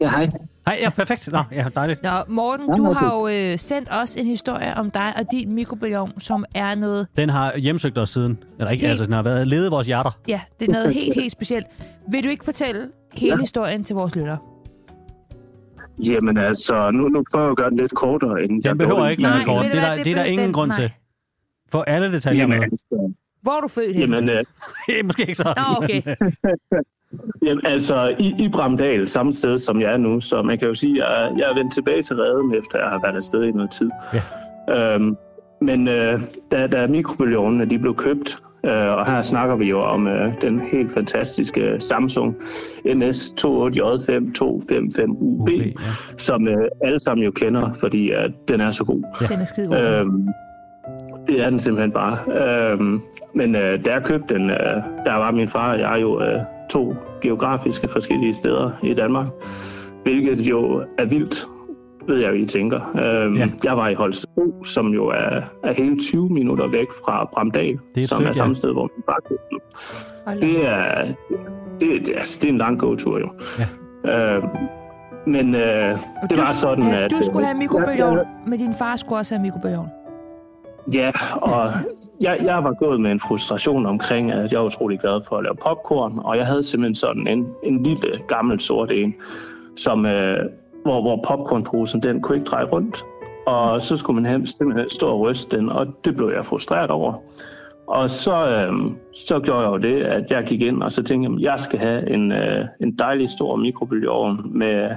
S7: Ja, hej.
S2: Hej, ja, perfekt. Nå, ja, dejligt.
S3: Nå, Morten, du har jo øh, sendt os en historie om dig og din mikrobølgeovn, som er noget,
S2: Den har hjemsøgt os siden. Eller ikke,
S3: Helt-
S2: altså, den har været ledet vores hjerter.
S3: ja, det er noget helt, helt specielt. Vil du ikke fortælle hele
S7: Ja.
S3: historien til vores lyttere?
S7: Jamen altså, nu, nu prøver jeg at gøre den lidt kortere. End
S2: Den behøver ikke være
S3: Nej,
S2: kort.
S3: ved
S2: Det
S3: du
S2: er
S3: hvad,
S2: der,
S3: det
S2: det er der
S3: behøver-
S2: ingen
S3: den-
S2: grund
S3: nej.
S2: til. Få alle detaljer med.
S7: Jamen, altså,
S3: Hvor er du født henne?
S7: jamen, øh,
S2: Eh, Måske ikke så.
S3: Nå, okay.
S7: jamen, altså i, i Bramdal, samme sted som jeg er nu, så man kan jo sige, at jeg, jeg er vendt tilbage til redden, efter jeg har været afsted i noget tid.
S2: Ja.
S7: Øhm, men øh, da, da mikrobølgeovnene de blev købt, øh, og her snakker vi jo om øh, den helt fantastiske Samsung
S2: UB,
S7: MS28J52555UB,
S2: ja.
S7: som øh, alle sammen jo kender, fordi øh, den er så god.
S3: Den er skide god.
S7: Øhm, det er den simpelthen bare. Øhm, men øh, da jeg købte den, øh, der var min far og jeg jo øh, to geografiske forskellige steder i Danmark, hvilket jo er vildt. ved jeg, hvad I tænker. Øhm,
S2: Ja.
S7: ja. Jeg var i Holstebro, som jo er, er hele 20 minutter væk fra Bramdal,
S2: Det er et
S7: som
S2: stykke, ja.
S7: er samme sted, hvor vi bare
S3: Hold da.
S7: det er, det, det, altså, det er en lang gåtur jo.
S2: Ja.
S7: Øh, men øh, det var
S3: du,
S7: sådan,
S3: ja,
S7: at...
S3: Du skulle
S7: øh,
S3: have mikrobølgeovn, men din far skulle også have mikrobølgeovn.
S7: Ja, og jeg, jeg var gået med en frustration omkring, at jeg var utrolig glad for at lave popcorn, og jeg havde simpelthen sådan en, en lille, gammel, sort en, som, øh, hvor, hvor popcornposen, den kunne ikke dreje rundt. Og så skulle man have, simpelthen stå og ryste den, og det blev jeg frustreret over. Og så, øh, så gjorde jeg jo det, at jeg gik ind, og så tænkte jeg, at jeg skal have en, øh, en dejlig stor mikrobølgeovn med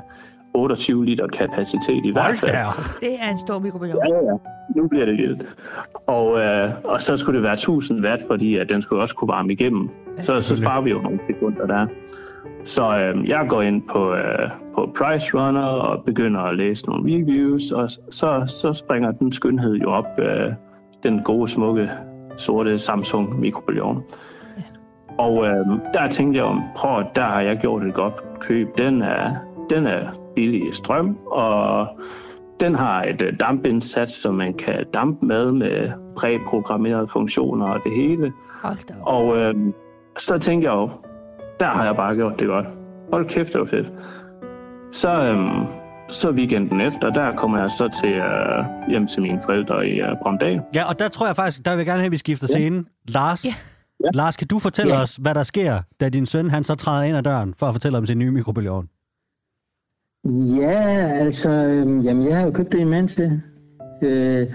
S7: 28 liter kapacitet i hvert
S2: Hold
S7: fald.
S2: da.
S3: Det er en stor mikrobølgeovn.
S7: Ja, ja. Nu bliver det vildt. Og, øh, og så skulle det være 1000 watt, fordi at den skulle også kunne varme igennem. Så, så sparer vi jo nogle sekunder der. Så øh, jeg går ind på, øh, på Price Runner og begynder at læse nogle reviews, og så, så springer den skønhed jo op, øh, den gode, smukke, sorte Samsung mikrobølgeovn. Og øh, der tænkte jeg om, prøv at der har jeg gjort et godt køb. Den er, den er billig i strøm, og den har et øh, dampindsats, som man kan dampe med, med præprogrammerede funktioner og det hele.
S3: Hold da op.
S7: Og øh, så tænkte jeg jo, der har jeg bare gjort det godt. Hold kæft, det var fedt. Så, øh, så weekenden efter, der kommer jeg så til øh, hjem til mine forældre i øh, Bramdal.
S2: Ja, og der tror jeg faktisk, der vil jeg gerne have, at vi skifter scenen. Lars,
S3: Ja.
S2: ja. Lars, kan du fortælle
S4: Ja.
S2: os, hvad der sker, da din søn han så træder ind ad døren for at fortælle om sin nye mikrobølgeovn?
S8: Ja, altså, øhm, jamen, jeg har jo købt det imens det. Øh,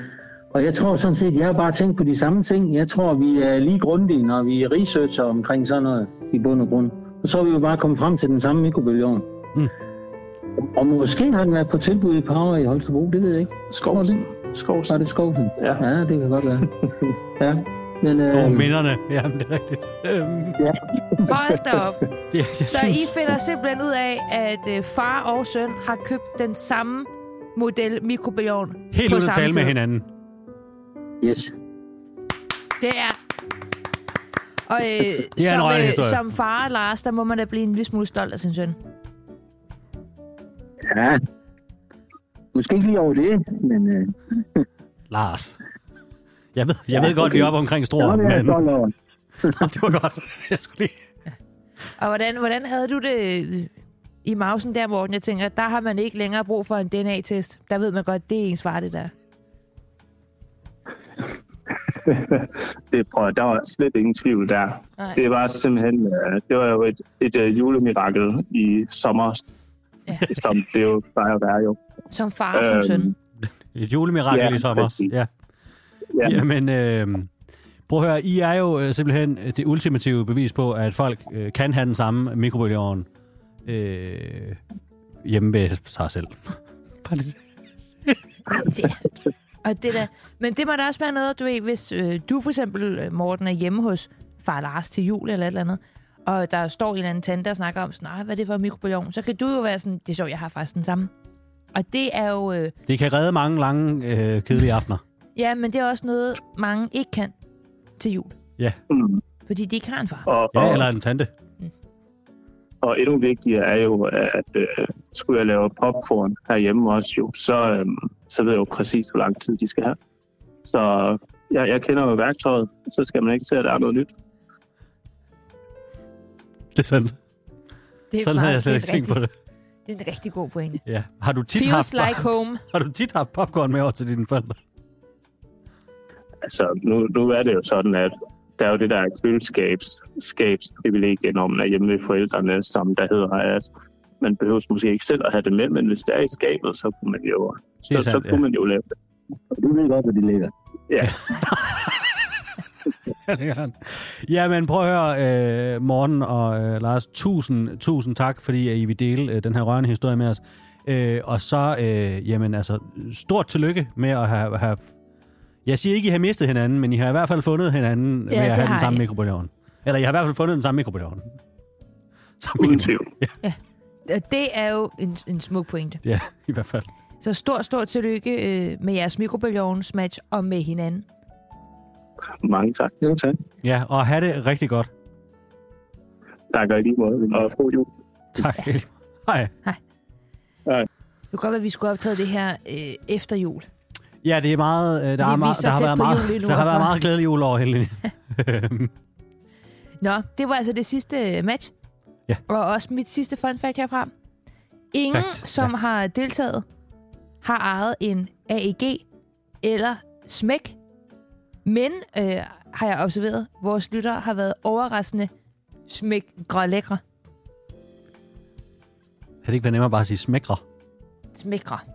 S8: og jeg tror sådan set, jeg har bare tænkt på de samme ting. Jeg tror, vi er lige grundige, når vi researcher omkring sådan noget i bund og grund. Og så er vi jo bare kommet frem til den samme mikrobølgeovn.
S2: Mm.
S8: Mm. Og måske har den været på tilbud i Power i Holstebro, det ved jeg ikke.
S7: Skovsen.
S8: Var
S7: Skovsen.
S8: det Skovsen?
S7: Ja.
S8: Ja, det kan godt være. ja. Men,
S2: Åh,
S8: øh,
S2: oh, minderne. Jamen, det er rigtigt. Øhm,
S3: Hold da op.
S2: det, jeg
S3: Så I finder simpelthen ud af, at øh, far og søn har købt den samme model mikrobølgeovn
S2: helt
S3: på
S2: uden at
S3: samme
S2: tale
S3: tid.
S2: med hinanden.
S8: yes.
S3: Det er... Og øh,
S2: en
S3: som,
S2: rørende
S3: øh,
S2: historie.
S3: som far, Lars, der må man da blive en lille smule stolt af sin søn.
S8: Ja. Måske ikke lige over det, men øh,
S2: Lars. Jeg ved, jeg ved godt, vi er oppe omkring
S8: det var
S2: Struer,
S8: det, jeg er
S2: men
S8: stolt over.
S2: det var godt. Jeg skulle lige...
S3: Og hvordan, hvordan havde du det øh, i mausen der, Morten? Jeg tænker, der har man ikke længere brug for en DNA-test. Der ved man godt, det er ens far, det der.
S7: det, prøv, at- der var slet ingen tvivl der.
S3: Nej.
S7: Det var simpelthen, øh, det var jo et, et øh, julemirakel i sommer,
S3: Ja.
S7: ja. som det jo plejer at være jo.
S3: Som far og som
S7: Øhm,
S3: søn.
S2: Et julemirakel ja,
S7: Ja,
S2: i sommer.
S7: præcis.
S2: Ja.
S7: Ja.
S2: ja. Jamen, øh, prøv at høre, I er jo øh, simpelthen det ultimative bevis på, at folk øh, kan have den samme mikrobølgeovn øh, hjemme ved sig selv. Bare lidt-
S3: Det- Og det der. Men det må da også være noget, du ved, hvis øh, du for eksempel, øh, Morten, er hjemme hos far Lars til jul eller et eller andet, og der står en eller anden tante og snakker om, sådan, "Ej, hvad er det for en mikrobølgeovn? Så kan du jo være sådan, det er sjovt, jeg har faktisk den samme. Og det er jo, øh,
S2: Det kan redde mange lange, øh, kedelige aftener.
S3: ja, men det er også noget, mange ikke kan til jul.
S7: Mm.
S3: Fordi de ikke har en far.
S7: Og,
S2: Ja,
S7: og,
S2: eller en tante.
S7: og endnu vigtigere er jo, at øh, skulle jeg lave popcorn herhjemme også jo, så, øh, så ved jeg jo præcis, hvor lang tid de skal have. Så jeg, jeg kender jo værktøjet, så skal man ikke se, at der er noget nyt.
S2: Det er sandt.
S3: Det er
S2: Sådan havde jeg
S3: meget-
S2: slet
S3: det er
S2: ikke tænkt på
S3: rigtig-
S2: det.
S3: Det er en rigtig god pointe.
S2: Ja. Har, du tit haft,
S3: Feels like home.
S2: har du tit haft popcorn med over til dine forældre?
S7: Altså, nu, nu er det jo sådan, at der er jo det der køleskabsprivilegie, når man er hjemme ved forældrene, som der hedder, at man behøver måske ikke selv at have det med, men hvis det er i skabet, så kunne man
S2: Det
S7: jo,
S2: er
S7: så, så
S2: sandt, ja.
S7: kunne man jo lave det.
S8: Du ved godt, hvor de ligger.
S2: Ja, det gør han. Jamen, prøv at høre, øh, Morten og øh, Lars, tusind, tusind tak, fordi at I vil dele øh, den her rørende historie med os. Øh, og så, øh, jamen altså, stort tillykke med at have, have... Jeg siger ikke, I har mistet hinanden, men I har i hvert fald fundet hinanden ja,
S3: Ja,
S2: med at
S3: det
S2: have den
S3: har
S2: samme
S3: I.
S2: mikrobølgeovn. Eller I har i hvert fald fundet den samme mikrobølgeovn. Samme
S7: Uden
S2: mikrobølgeovn.
S7: tvivl.
S3: Og Det er jo en, en smuk pointe.
S2: Ja, i hvert fald.
S3: Så stor, stor tillykke øh, med jeres mikrobølgeovnsmatch og med hinanden.
S7: Mange tak.
S8: Jo, tak.
S2: Ja, og have det rigtig godt.
S7: Tak og i lige måde. Og god jul.
S2: Tak. Ja. Hej.
S3: Hej.
S7: Hej.
S3: kan godt være, at vi skulle have optaget det her øh, efter jul.
S2: Ja, det er meget, øh, der,
S3: Vi
S2: er
S3: er
S2: meget,
S3: så
S2: der har
S3: tæt
S2: været
S3: på
S2: meget,
S3: jul lige nu,
S2: der har været
S3: hvorfor?
S2: meget glædelig jul over hele linjen.
S3: Nå, det var altså det sidste øh, match.
S2: Ja.
S3: Og også mit sidste fun fact herfra. Ingen,
S2: Fact,
S3: som har deltaget, har ejet en AEG eller smæk. Men, øh, har jeg observeret, vores lyttere har været overraskende smæk lækre.
S2: Har det ikke været nemmere bare at sige smækre?
S3: Smækre. E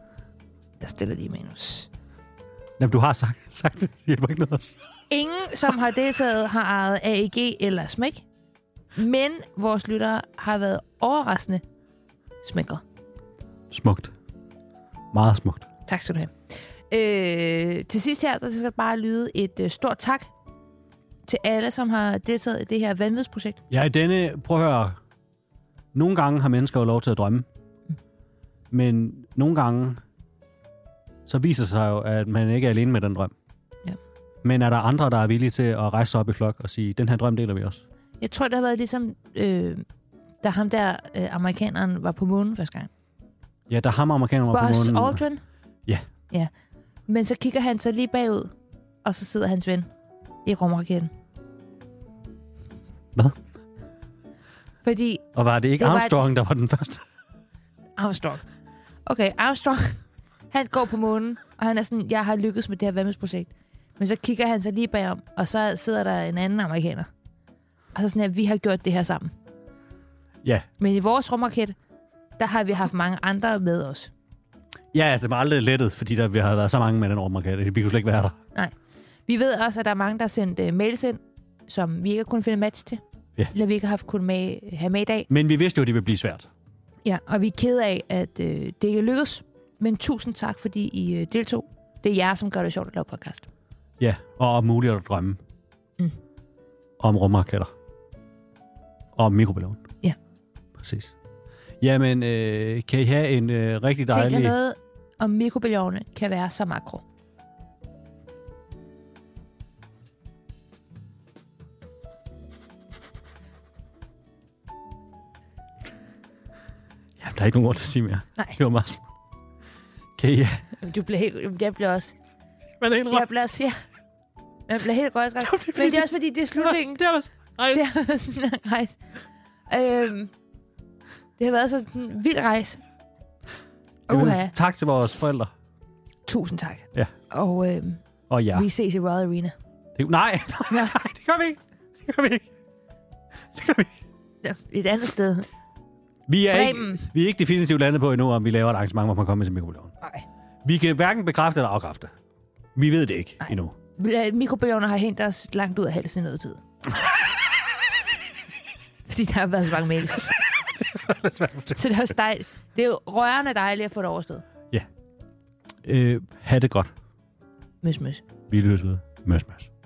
S3: Jeg stiller lige manus.
S2: Jamen, du har sagt, sagt det. Det hjælper ikke noget. at-
S3: Ingen, som har deltaget, har ejet E AEG eller smæk. Men vores lyttere har været overraskende smækre.
S2: Smukt. Meget smukt.
S3: Tak skal du have. Øh, til sidst her, så skal der bare lyde et øh, stort tak til alle, som har deltaget i det her vanvidsprojekt.
S2: Ja, i denne... Prøv at høre. Nogle gange har mennesker jo lov til at drømme. Men nogle gange, så viser det sig jo, at man ikke er alene med den drøm.
S3: Ja.
S2: Men er der andre, der er villige til at rejse sig op i flok og sige, den her drøm deler vi også?
S3: Jeg tror, det har været ligesom, øh, da ham der øh, amerikaneren var på månen første gang.
S2: Ja, der hammer amerikanerne på
S3: Buzz
S2: månen.
S3: Aldrin.
S2: Ja.
S3: ja. Men så kigger han så lige bagud, og så sidder hans ven i rumraketten.
S2: Hvad?
S3: Fordi
S2: Og var det ikke
S3: Det var et-
S2: Armstrong, der var den første?
S3: Armstrong. Okay, Armstrong, han går på månen, og han er sådan, jeg har lykkedes med det her vandmidsprojekt. Men så kigger han sig lige bagom, og så sidder der en anden amerikaner. Og så sådan her, vi har gjort det her sammen.
S2: Ja.
S3: Men i vores rumraket, der har vi haft mange andre med os.
S2: Ja, altså, det var aldrig lettet, fordi der vi havde været så mange med den rumraket. Vi kunne slet ikke være der.
S3: Vi ved også, at der er mange, der har sendt uh, mails ind, som vi ikke har kunnet finde match til.
S2: Ja.
S3: Eller vi ikke har haft kunnet med, have med i dag.
S2: Men vi vidste jo, at det ville blive svært.
S3: Ja, og vi er ked af, at øh, det ikke lykkedes. Men tusind tak, fordi I øh, deltog. Det er jer, som gør det sjovt at lave podcast.
S2: Ja, og om muligt at drømme.
S3: Mm.
S2: Om rumraketter. Og om mikroballon.
S3: Ja.
S2: Præcis. Jamen, øh, kan I have en øh, rigtig
S3: Tænk jer
S2: dejlig...
S3: noget om mikrobølgeovne kan være så makro.
S2: Jamen, der er ikke nogen ord til at sige mere.
S3: Nej.
S2: Det var meget smukt. Kan I have
S3: Du bliver helt, jeg bliver også...
S2: Men en
S3: Jeg bliver også... Ja, jeg bliver helt godt skræk.
S2: fordi,
S3: Men det er også fordi, det er slutningen.
S2: Det var... Ej,
S3: Det har været sådan en rejse. Øhm, det har været sådan en vild rejse. Uha.
S2: Jamen, tak til vores forældre.
S3: Tusind tak.
S2: Ja.
S3: Og øhm,
S2: Og ja.
S3: ja. vi ses i Royal Arena.
S2: Det, nej, nej, det gør vi ikke. Det gør vi ikke. Det gør vi ikke.
S3: Ja, Et andet sted.
S2: Vi er,
S3: Bremen.
S2: ikke, vi er ikke definitivt landet på endnu, om vi laver et arrangement, hvor man kommer med sin mikrobølgeovn.
S3: Nej.
S2: Vi kan hverken bekræfte eller afkræfte. Vi ved det ikke
S3: Nej.
S2: endnu.
S3: Mikrobølgeovne øh, har hentet os langt ud af halsen i noget tid. Fordi der har været så mange mails. Så det er også dejligt. Det er jo rørende dejligt at få det overstået.
S2: Øh, ha' det godt.
S3: Møs, møs.
S2: Vi lyttes ved. Møs, møs.